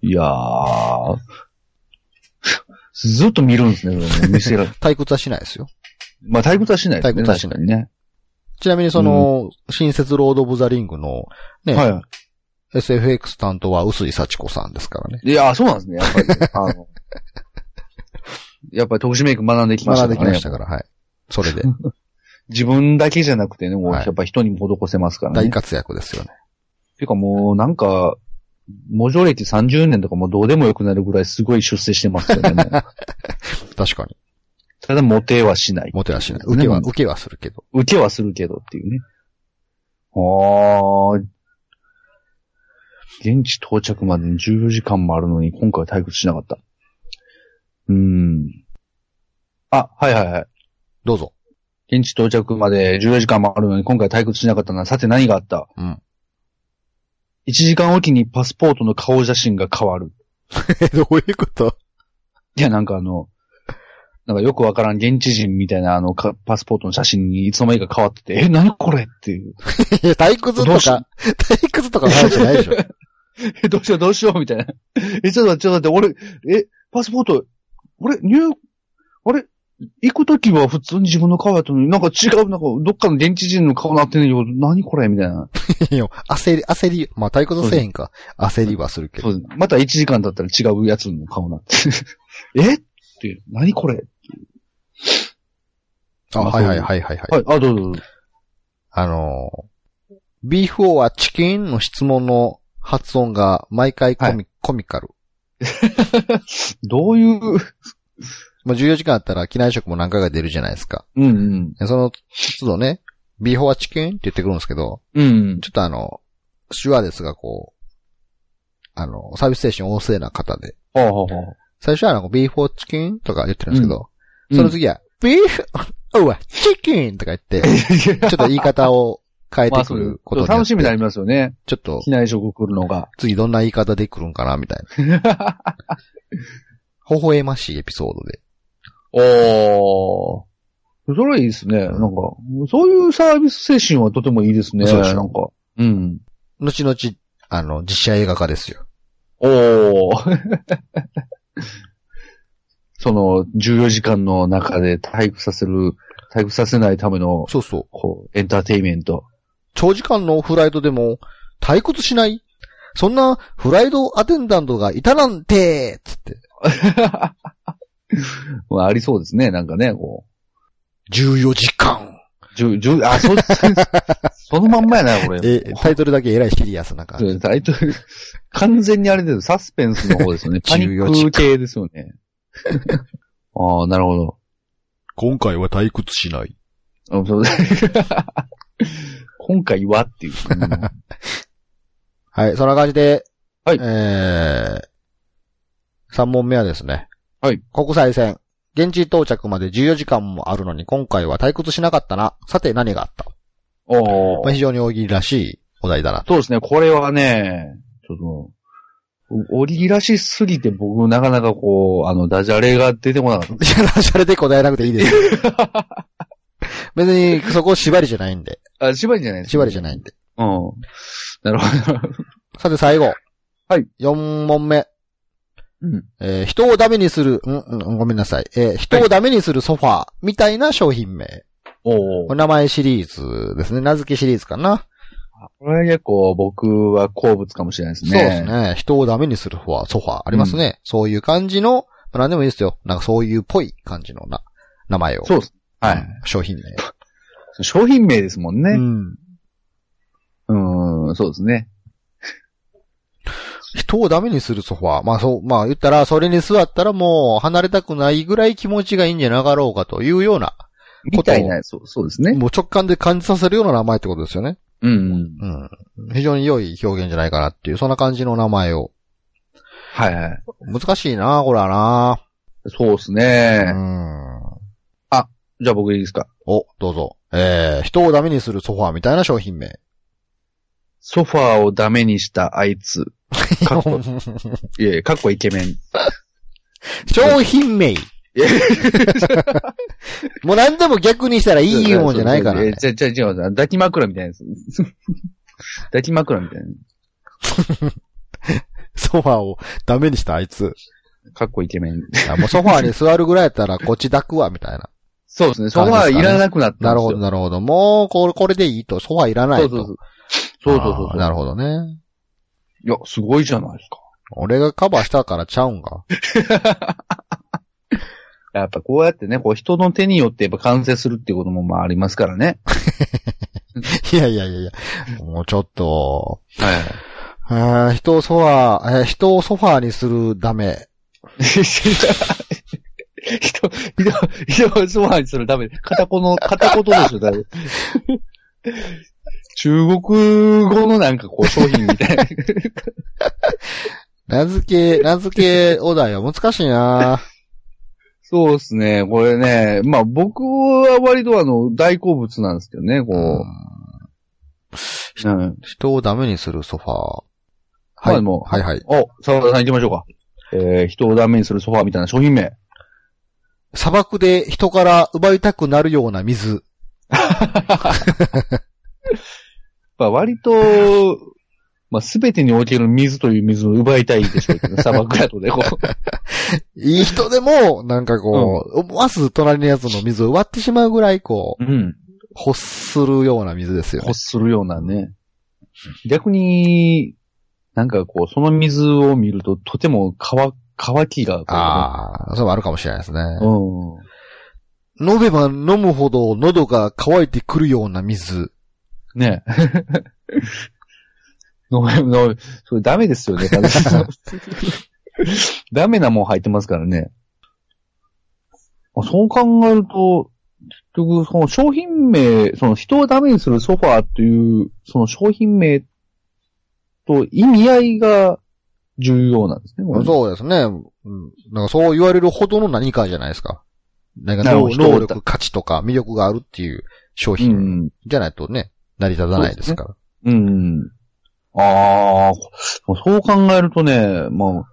やー。ずっと見るんですね、その店が。
退屈はしないですよ。
まあ、退屈はしないですね。
退屈はしない
確かにね。
ちなみにその、新設ロード・オブ・ザ・リングのね、
は
SFX 担当は薄井幸子さんですからね。
い。いやー、そうなんですね、やっぱり。あのやっぱり特殊メイク学んできまし
学
た
んで
か
き
ら
ま
ね
し。たから、はい。それで、
*laughs* 自分だけじゃなくてね、もう
はい
やっぱ人にも施せますからね。
大活躍ですよね。
てかもうなんか、文字歴30年とかもうどうでもよくなるぐらいすごい出世してま
*laughs*
すよね。もう
確かに。
ただモテはしない。
モテはしない。受けは、受けはするけど。
受けはするけどっていうね。ああ。現地到着までに14時間もあるのに今回は退屈しなかった。うーん。あ、はいはいはい。
どう
*laughs*
ぞ。
現地到着まで14時間もあるのに今回退屈しなかったな。さて何があった
うん。
1時間おきにパスポートの顔写真が変わる。
え、どういうこと
いや、なんかあの、なんかよくわからん現地人みたいなあのかパスポートの写真にいつの間にか変わってて、え、何これってい
い
う。
や、退屈
ど
と
うし
か、退屈とかの話じゃないで
*laughs*
しょ。
え、どうしようどうしようみたいな。え、ちょっと待って、ちょっと待って、俺、え、パスポート、俺、入、あれ行くときは普通に自分の顔やったのに、なんか違う、なんかどっかの現地人の顔なってんねんけど、何これみたいな。
いや焦り、焦り、まあ退屈せえへんか。焦りはするけ
そ
ど。
うですまた1時間経ったら違うやつの顔なって。 *laughs* えっていう、何これ
あ、
まあ
はいはい
そう
はいはいはい。
はい、あ、どうぞどうぞ。
あのービーフオアチキンの質問の発音が毎回コミ,、コミカル。
どういう、
まあ14時間あったら機内食も何回か出るじゃないですか。
うんうん。
でその都度ね、ビーフオアチキンって言ってくるんですけど、
うん。
ちょっとあの、手話ですがこう、あの、サービス精神旺盛な方で、
はあ、はあはあ、
最初はなんかビーフオアチキンとか言ってるんですけど、
うん
その次は、ビーフ、うわ、チキンとか言って、
いや
ちょっと言い方を変え
ま
て
あそ
く
う
るこ
ちょ
と
っ
に
と
よっ
楽
て
しみになりますよね。
ちょっと、
機内食来るのが。
次どんな言い方で来るんかな、みたいな。
*laughs*
微笑ましいエピソードで。
おー。それはいいですね。なんか、そういうサービス精神はとてもいいですね。
そうでしょ
なんか。うん。
後々、あの、実写映画化ですよ。
おー。 *laughs* その、14時間の中で退屈させる、退屈させないための、
そうそう。
こう、エンターテインメント。
長時間のフライトでも、退屈しないそんなフライトアテンダントがいたなんてつって、
まあ、ありそうですね。なんかね、こ
14時間
う、 *laughs* じゅ、じゅ、あ、そ、そのまんまやな、これ。
え、タイトルだけえらいシリアスな感
そ
じ。
うタイトル、 *laughs* 完全にあれですよサスペンスの方 *laughs* ですよね。パニ
14時
ック
間
系ですよね。 *laughs* ああ、なるほど。
今回は退屈しない。
あそう *laughs* 今回はっていう。うん
はい、そんな感じで、
はい
えー、 3問目はですね。
はい。
国際線。現地到着まで14時間もあるのに、今回は退屈しなかったな。さて何があった
お
まあ、非常に大喜利らしいお題だなと。
そうですね、これはね、ちょっと、おりぎらしすぎて僕もなかなかこう、あの、ダジャレが出てこなかった。
いや、しゃれで答えなくていいですよ。 *laughs* 別に、そこ縛りじゃないんで。
あ、縛りじゃないです。
縛りじゃないんで。
うん。なるほど。
さて最後。
はい。
4問目。
うん。
えー人をダメにする、うん、うん、ごめんなさい。えー人をダメにするソファーみたいな商品名。
お
お名前シリーズですね。名付けシリーズかな。
これは結構僕は好物かもしれないですね。
そうです。ね。人をダメにするソファー、ソファーありますね。そういう感じの、まあ何でもいいですよ。なんかそういうぽい感じのな、名前を。
そうです。は
うん
い。
商品名。
商品名ですもん
う
ね。
ん。
うん、んそうですね。
人をダメにするソファー。まあそう、まあ言ったら、それに座ったらもう離れたくないぐらい気持ちがいいんじゃなかろうかというような、
みたいな、そうそうですね。
もう直感で感じさせるような名前ってことですよね。
うん、うん。
うん。非常に良い表現じゃないかなっていう、そんな感じの名前を。
はいはい。
難しいなこれはな
そうです
う
ね。
ん。
じゃあ僕いいですか。
お、どうぞ。えー、人をダメにするソファーみたいな商品
*laughs*
名。
ソファーをダメにしたあい
*laughs*
つ。かっこ、いえ、かっこイケメン。
商品名。 *laughs* もう何でも逆にしたらいいもんじゃないから
え
ね。
じゃ、じゃ、じゃ、抱き枕みたいなやつ。 *laughs* 抱き枕みたい
ソファーをダメにしたあいつ。
な。かっこイケメン。
あもうソファーに座るぐらいやったらこっち抱くわ、みたいな。
そうですね。ソファーいらなくなったん
なる
ですよ。
ほど、なるほど。もう、これ、これでいいと。ソファーいらない
そう
と。
そうそう。そうそうそう
あ
そ
ー
う。
なるほどね。
いや、すごいじゃないですか。
俺がカバーしたからちゃうんか。
やっぱこうやってね、こう人の手によってやっぱ完成するっていうこともまあありますからね。
*laughs* いやいやいやいや。もうちょっと、
は
あ
い。
ー人をソファー、えー人をソファーにするダメ。
*laughs* 人、人、人をソファーにするため、片言の、片言でしょ、だい *laughs* ぶ。中国語のなんかこう商品みたいな。
名 *laughs* 付け、名付けお題は難しい *laughs* な
そうですね、これね。まあ僕は割とあの、大好物なんですけどね、こう。うん。
人をダメにするソファー。
ま
は
あ
い、
もう
はいはい。
お、沢田さん行きましょうか。えー、人をダメにするソファーみたいな商品名。
砂漠で人から奪いたくなるような水。
まあ割と、まあ全てにおける水という水を奪いたいでしょうけど、砂漠だとね、こう。
いい人でも、なんかこう、思わず隣のやつの水を割ってしまうぐらい、こう、
*laughs* うん。
欲するような水ですよね、
欲するようなね。逆に、なんかこう、その水を見ると、とても乾、乾きがこう、
ああ、それもあるかもしれないですね。
うん。
飲めば飲むほど喉が渇いてくるような水。
ね *laughs* 飲め、飲め、それダメですよね。 *laughs* ダメなもん入ってますからね。あそう考えると、結局、その商品名、その人をダメにするソファーという、その商品名と意味合いが重要なんですね。これね
そうですね。うん。なんかそう言われるほどの何かじゃないですか。なんか
なる
能
ほど人を
能力、価値とか魅力があるっていう商
う
品
ん。
じゃないとね、成り立たないですから。
うん。ああ、そう考えるとね、まあ、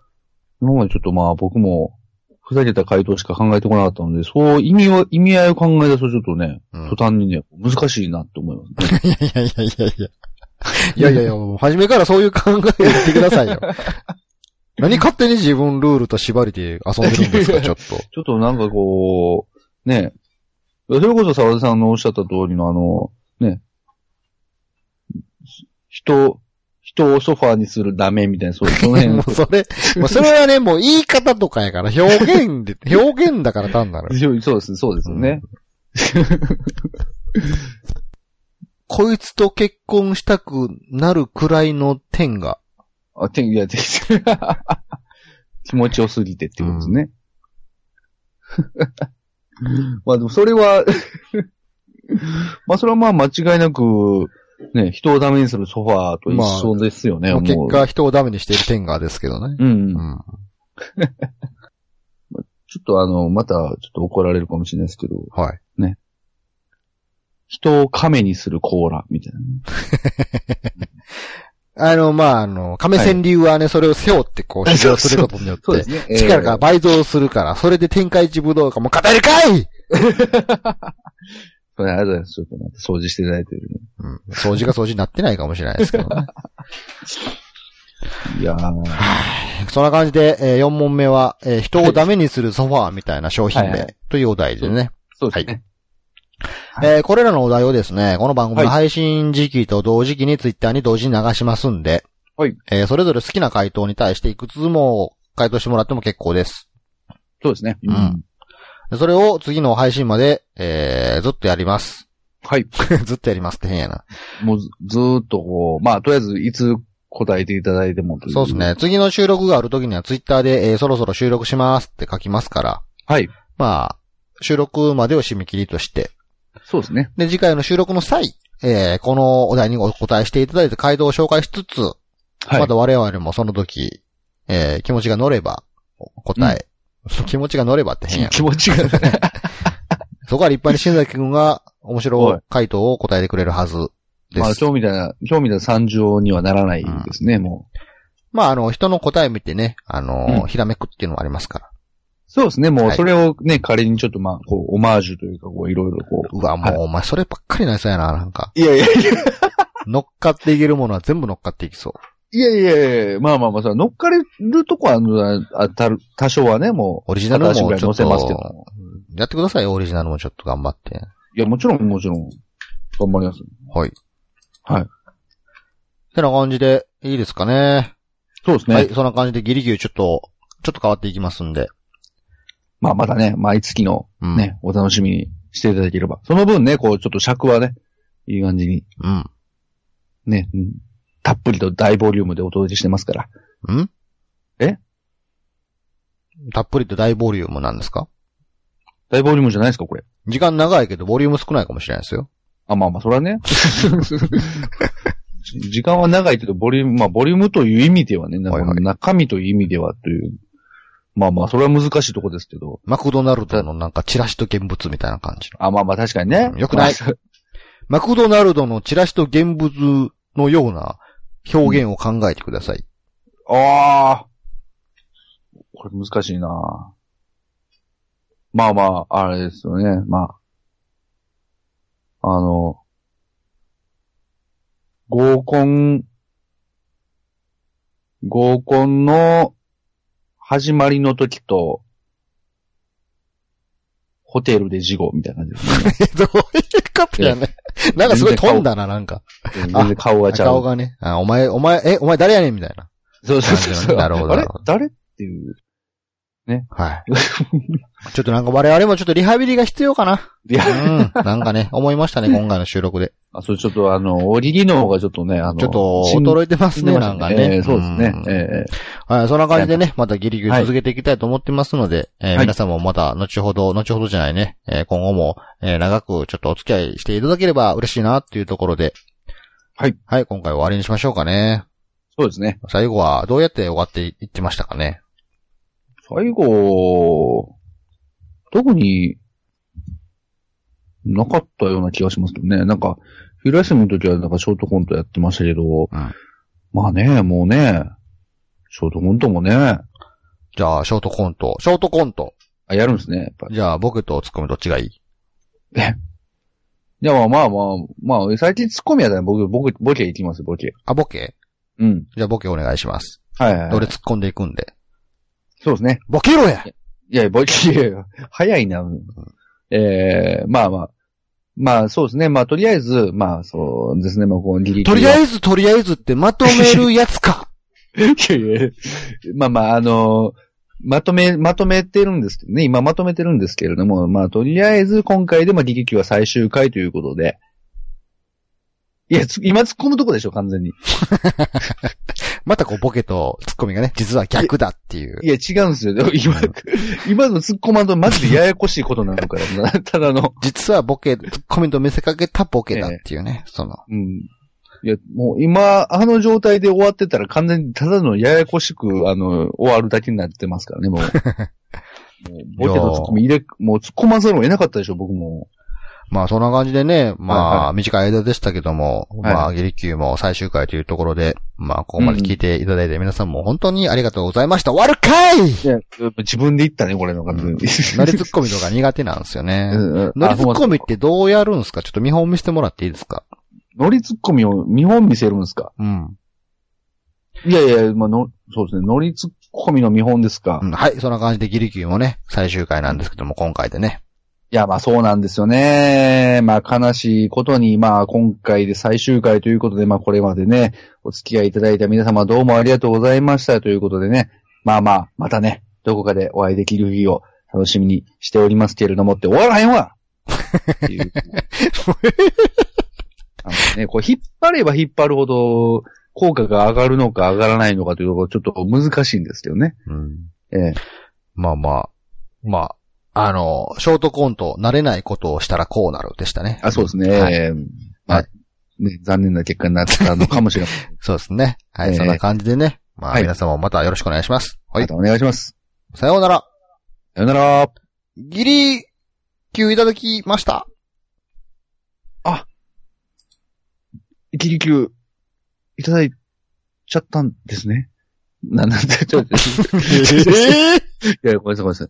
今までちょっとまあ僕も、ふざけた回答しか考えてこなかったので、そう意味は、意味合いを考え出すとちょっとね、
うん
途端にね、難しいなって思います、
い
ね。
やいやいやいや。いやいやいや、もう初めからそういう考えを言ってくださいよ。
*laughs*
何勝手に自分ルールと縛りで遊んでるん
*laughs*
ですか、ちょっと。
ちょっとなんかこう、ね、それこそ沢田さんのおっしゃった通りのあの、ね、人、人をソファーにするダメみたいな、そういう、その辺
*laughs* もうそれ、もうそれはね、もう言い方とかやから、表現で、表現だから単なる。
そうです、そうですよね。
こいつと結婚したくなるくらいの点が、
あ、て、いや、て、 *laughs* 気持ちよすぎてってことですね。 *laughs* まあでもそれは、まあそれはまあ間違いなく、ね、人をダメにするソファーと一緒ですよね、
まあ
もう
結果人をダメにしている点がですけどね。
うん
う。ん。
ちょっとあの、また、ちょっと怒られるかもしれないですけど、
はい。
人を亀にするコーラ、みたいなね。
あの、まあ、あの、亀仙流はね、それを背負ってこう、修行することによって、
ね。
力が倍増するから、それで天下一武道館も語るかい
えー。それありがとうございます。ちょっとまた掃除していただいてる、
うん。掃除が掃除になってないかもしれないですけ
*laughs*
どね。
いやー。
そんな感じで、え4問目は、えー人をダメにするソファーみたいな商品
はいは
名というお題でね。
そうですね。
えーこれらのお題をですね、この番組の配信時期と同時期にツイッターに同時に流しますんで、
はい
えーそれぞれ好きな回答に対していくつも回答してもらっても結構です。
そうですね。
んでそれを次の配信まで、えーずっとやります。 *laughs*
はい。
ずっとやりますって変やな。
もうずずーっとこう、まあ、とりあえずいつ答えていただいてもとい
そうです。ね。次の収録がある時にはツイッターで、えーそろそろ収録しますって書きますから、
はい。
まあ、収録までを締め切りとして、
そうですね。
で、次回の収録の際、えーこのお題にお答えしていただいて回答を紹介しつつ、
はい。
また我々もその時、えー気持ちが乗れば、お答え。 *laughs* 気持ちが乗ればって
*laughs*
変やな。
気持ちが、
そこは立派に新崎くんが面白い回答を答えてくれるはずで
まあ、
す。まあ、
今日みたいな、今日みたいな惨状にはならないですね、もう。
あ、の、人の答え見てね、あのー
うん
ひらめくっていうのもありますから。
そうですね、もう
はい
それをね、仮にちょっとまあ、こう、オマージュというか、こう、いろいろこ
う
う。
わ、もう、
はい
お前そればっかりなりそうやな、なんか。
いやいやい
乗っかっていけるものは全部乗っかっていきそう。
や、いやいやいや、まあまあまあ、それ乗っかれるとこはあのあたる、多少はね、もう。
オリジナルもち
私ぐら
ょ
い載
っ
せ
と
ますけど、
やってくださいよ、オリジナルもちょっと頑張って。
いや、もちろん、もちろん。頑張ります。
はい。
はい。
てな感じで、いいですかね。
そうですね。
はい、そんな感じでギリギリちょっと、ちょっと変わっていきますんで。
まあまだね、毎月の
うん。。
ね、お楽しみにしていただければ。その分ね、こう、ちょっと尺はね、いい感じに、
うん。
ね、うんたっぷりと大ボリュームでお届けしてますから。
うん
え
たっぷりと大ボリュームなんですか
大ボリュームじゃないですか、これ。
時間長いけど、ボリューム少ないかもしれないですよ。
あ、まあまあ、それはね。 *laughs* 時間は長いけど、ボリューム、まあ、ボリュームという意味ではね、なんか
はいはい
中身という意味ではという。まあまあ、それは難しいとこですけど。
マクドナルドのなんかチラシと現物みたいな感じの。
あ、まあまあ、確かにね
うん。よくない
まあ
マクドナルドのチラシと現物のような表現を考えてくだ
*laughs*
さい。
ああ。これ難しいなまあまあ、あれですよね。まあ。あの、合コン、合コンの始まりの時と、ホテルで事故みたいな感じですね。
えどういうことやね。なんかすごい飛んだな、なんか。
全然顔がちゃう。
顔がね。あ、お前、お前、え、お前誰やねんみたいな。
そうそうそうそう。
なるほど
あ
な
れ
るほど
誰っていう。
はい。ちょっとなんか我々もちょっとリハビリが必要かな。
いや、
うん。なんかね、思いましたね、今回の収録で。
あ、そう、ちょっとあの、おりりの方がちょっとね、あの、
ちょっと、
しん
驚いてますね、
しんどい
なんかね。
えーそうですね。
ん
ええ
はい、そんな感じでね、またギリギリ続けていきたいと思ってますので、えー
はい
皆さんもまた後ほど、後ほどじゃないね、えー今後も、えー長くちょっとお付き合いしていただければ嬉しいなっていうところで、
はい。
はい、今回は終わりにしましょうかね。
そうですね。
最後はどうやって終わっていってましたかね。
最後、特に、なかったような気がしますけどね。なんか、昼休みの時はなんかショートコントやってましたけど、
うん
まあね、もうね、ショートコントもね、あ
じゃあ、ショートコント。ショートコント。
やるんですね、やっぱり。
じゃあ、ボケとツッコミどっちがいい
いや、まあまあまあ、まあ、最近ツッコミやったら僕、僕、ボケいきます、ボケ。
あ、ボケ
うん。
じゃあ、ボケお願いします。
はいはい、は
俺
い。
突っ込んでいくんで。
そうですね。
ボケろや
いや、ぼいやいや早いな。ええまあまあ。まあそうですね。まあとりあえず、まあそうですね。まあこう、ギリギリ
とりあ
え
えず、とりあえずってまとめるやつか
ずいやいや *laughs* まあまあ、あのまとめ、まとめてるんですけどね。今まとめてるんですけれども、まあとりあえず今回でもギリキは最終回ということで。いや、つ今突っ込むとこでしょ、完全に。
またこう、ボケとツッコミがね、実は逆だっていう。
いや、違うんですよ。でも今、 *laughs* 今の突っ込まんとマジでややこしいことになるからな。ただの、
実はボケ、ツッコミと見せかけたボケだっていうね、その。
うん。いや、もう今、あの状態で終わってたら完全にただのややこしく、あの、終わるだけになってま
*laughs*
すからね、もう。もう、ボケとツッコミ入れ、もう突っ込まざるを得なかったでしょ、僕も。
まあそんな感じでね、まあ、
はい
短い間でしたけども、
はい
まあギリキューも最終回というところで、まあここまで聞いていただいて皆さんも本当にありがとうございました。終わるかい
いや、自分で言ったね、これの完全に。
乗りツッコミとか苦手なんですよね。
*laughs* うん
乗りツッコミっ
あ
てどうやるんですかちょっと見本見せてもらっていいですか
乗りツッコミを見本見せるんですか
うん。
いやいや、まあ、の、そうですね。乗りツッコミの見本ですか、
う
い
んはい、そんな感じでギリキューもね、最終回なんですけども、今回でね。
や、まあそうなんですよね。まあ悲しいことに、まあ今回で最終回ということで、まあこれまでね、お付き合いいただいた皆様どうもありがとうございましたということでね。まあまあ、またね、どこかでお会いできる日を楽しみにしておりますけれどもって終わらへんわっていう。あのね、こう引っ張れば引っ張るほど、効果が上がるのか上がらないのかというところ、ちょっと難しいんですけどね。
うん。
ええ。
まあまあ、まあ、あの、ショートコント、慣れないことをしたらこうなるでしたね。
あ、そうですね。
はい
えーま
は
あ、ね、残念な結果になったのかもしれ
*laughs*
ません。
そうですね。はい、
えー
そんな感じでね。まあ、
はい
皆様またよろしくお願いします。はい
ま。たお願いします。
さようなら。
さよなら。
ギリ、級いただきま
*laughs*
した。
一撃級、いただいちゃったんですね。な、なんて、ちょっ
*laughs*
と、 *laughs* いや、ごめんなさい、ごめんなさい。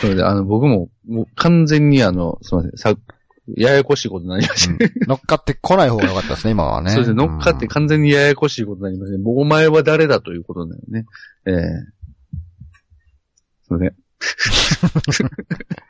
それで、あの、僕も、もう完全にあの、すみません、さ、ややこしいことになりました。
乗っかってこない方が良かったですね、今はね。
そうですね、乗っかっ
う
て
ん
完全にややこしいことになりましたね。もうお前は誰だということだよね。ええすみません。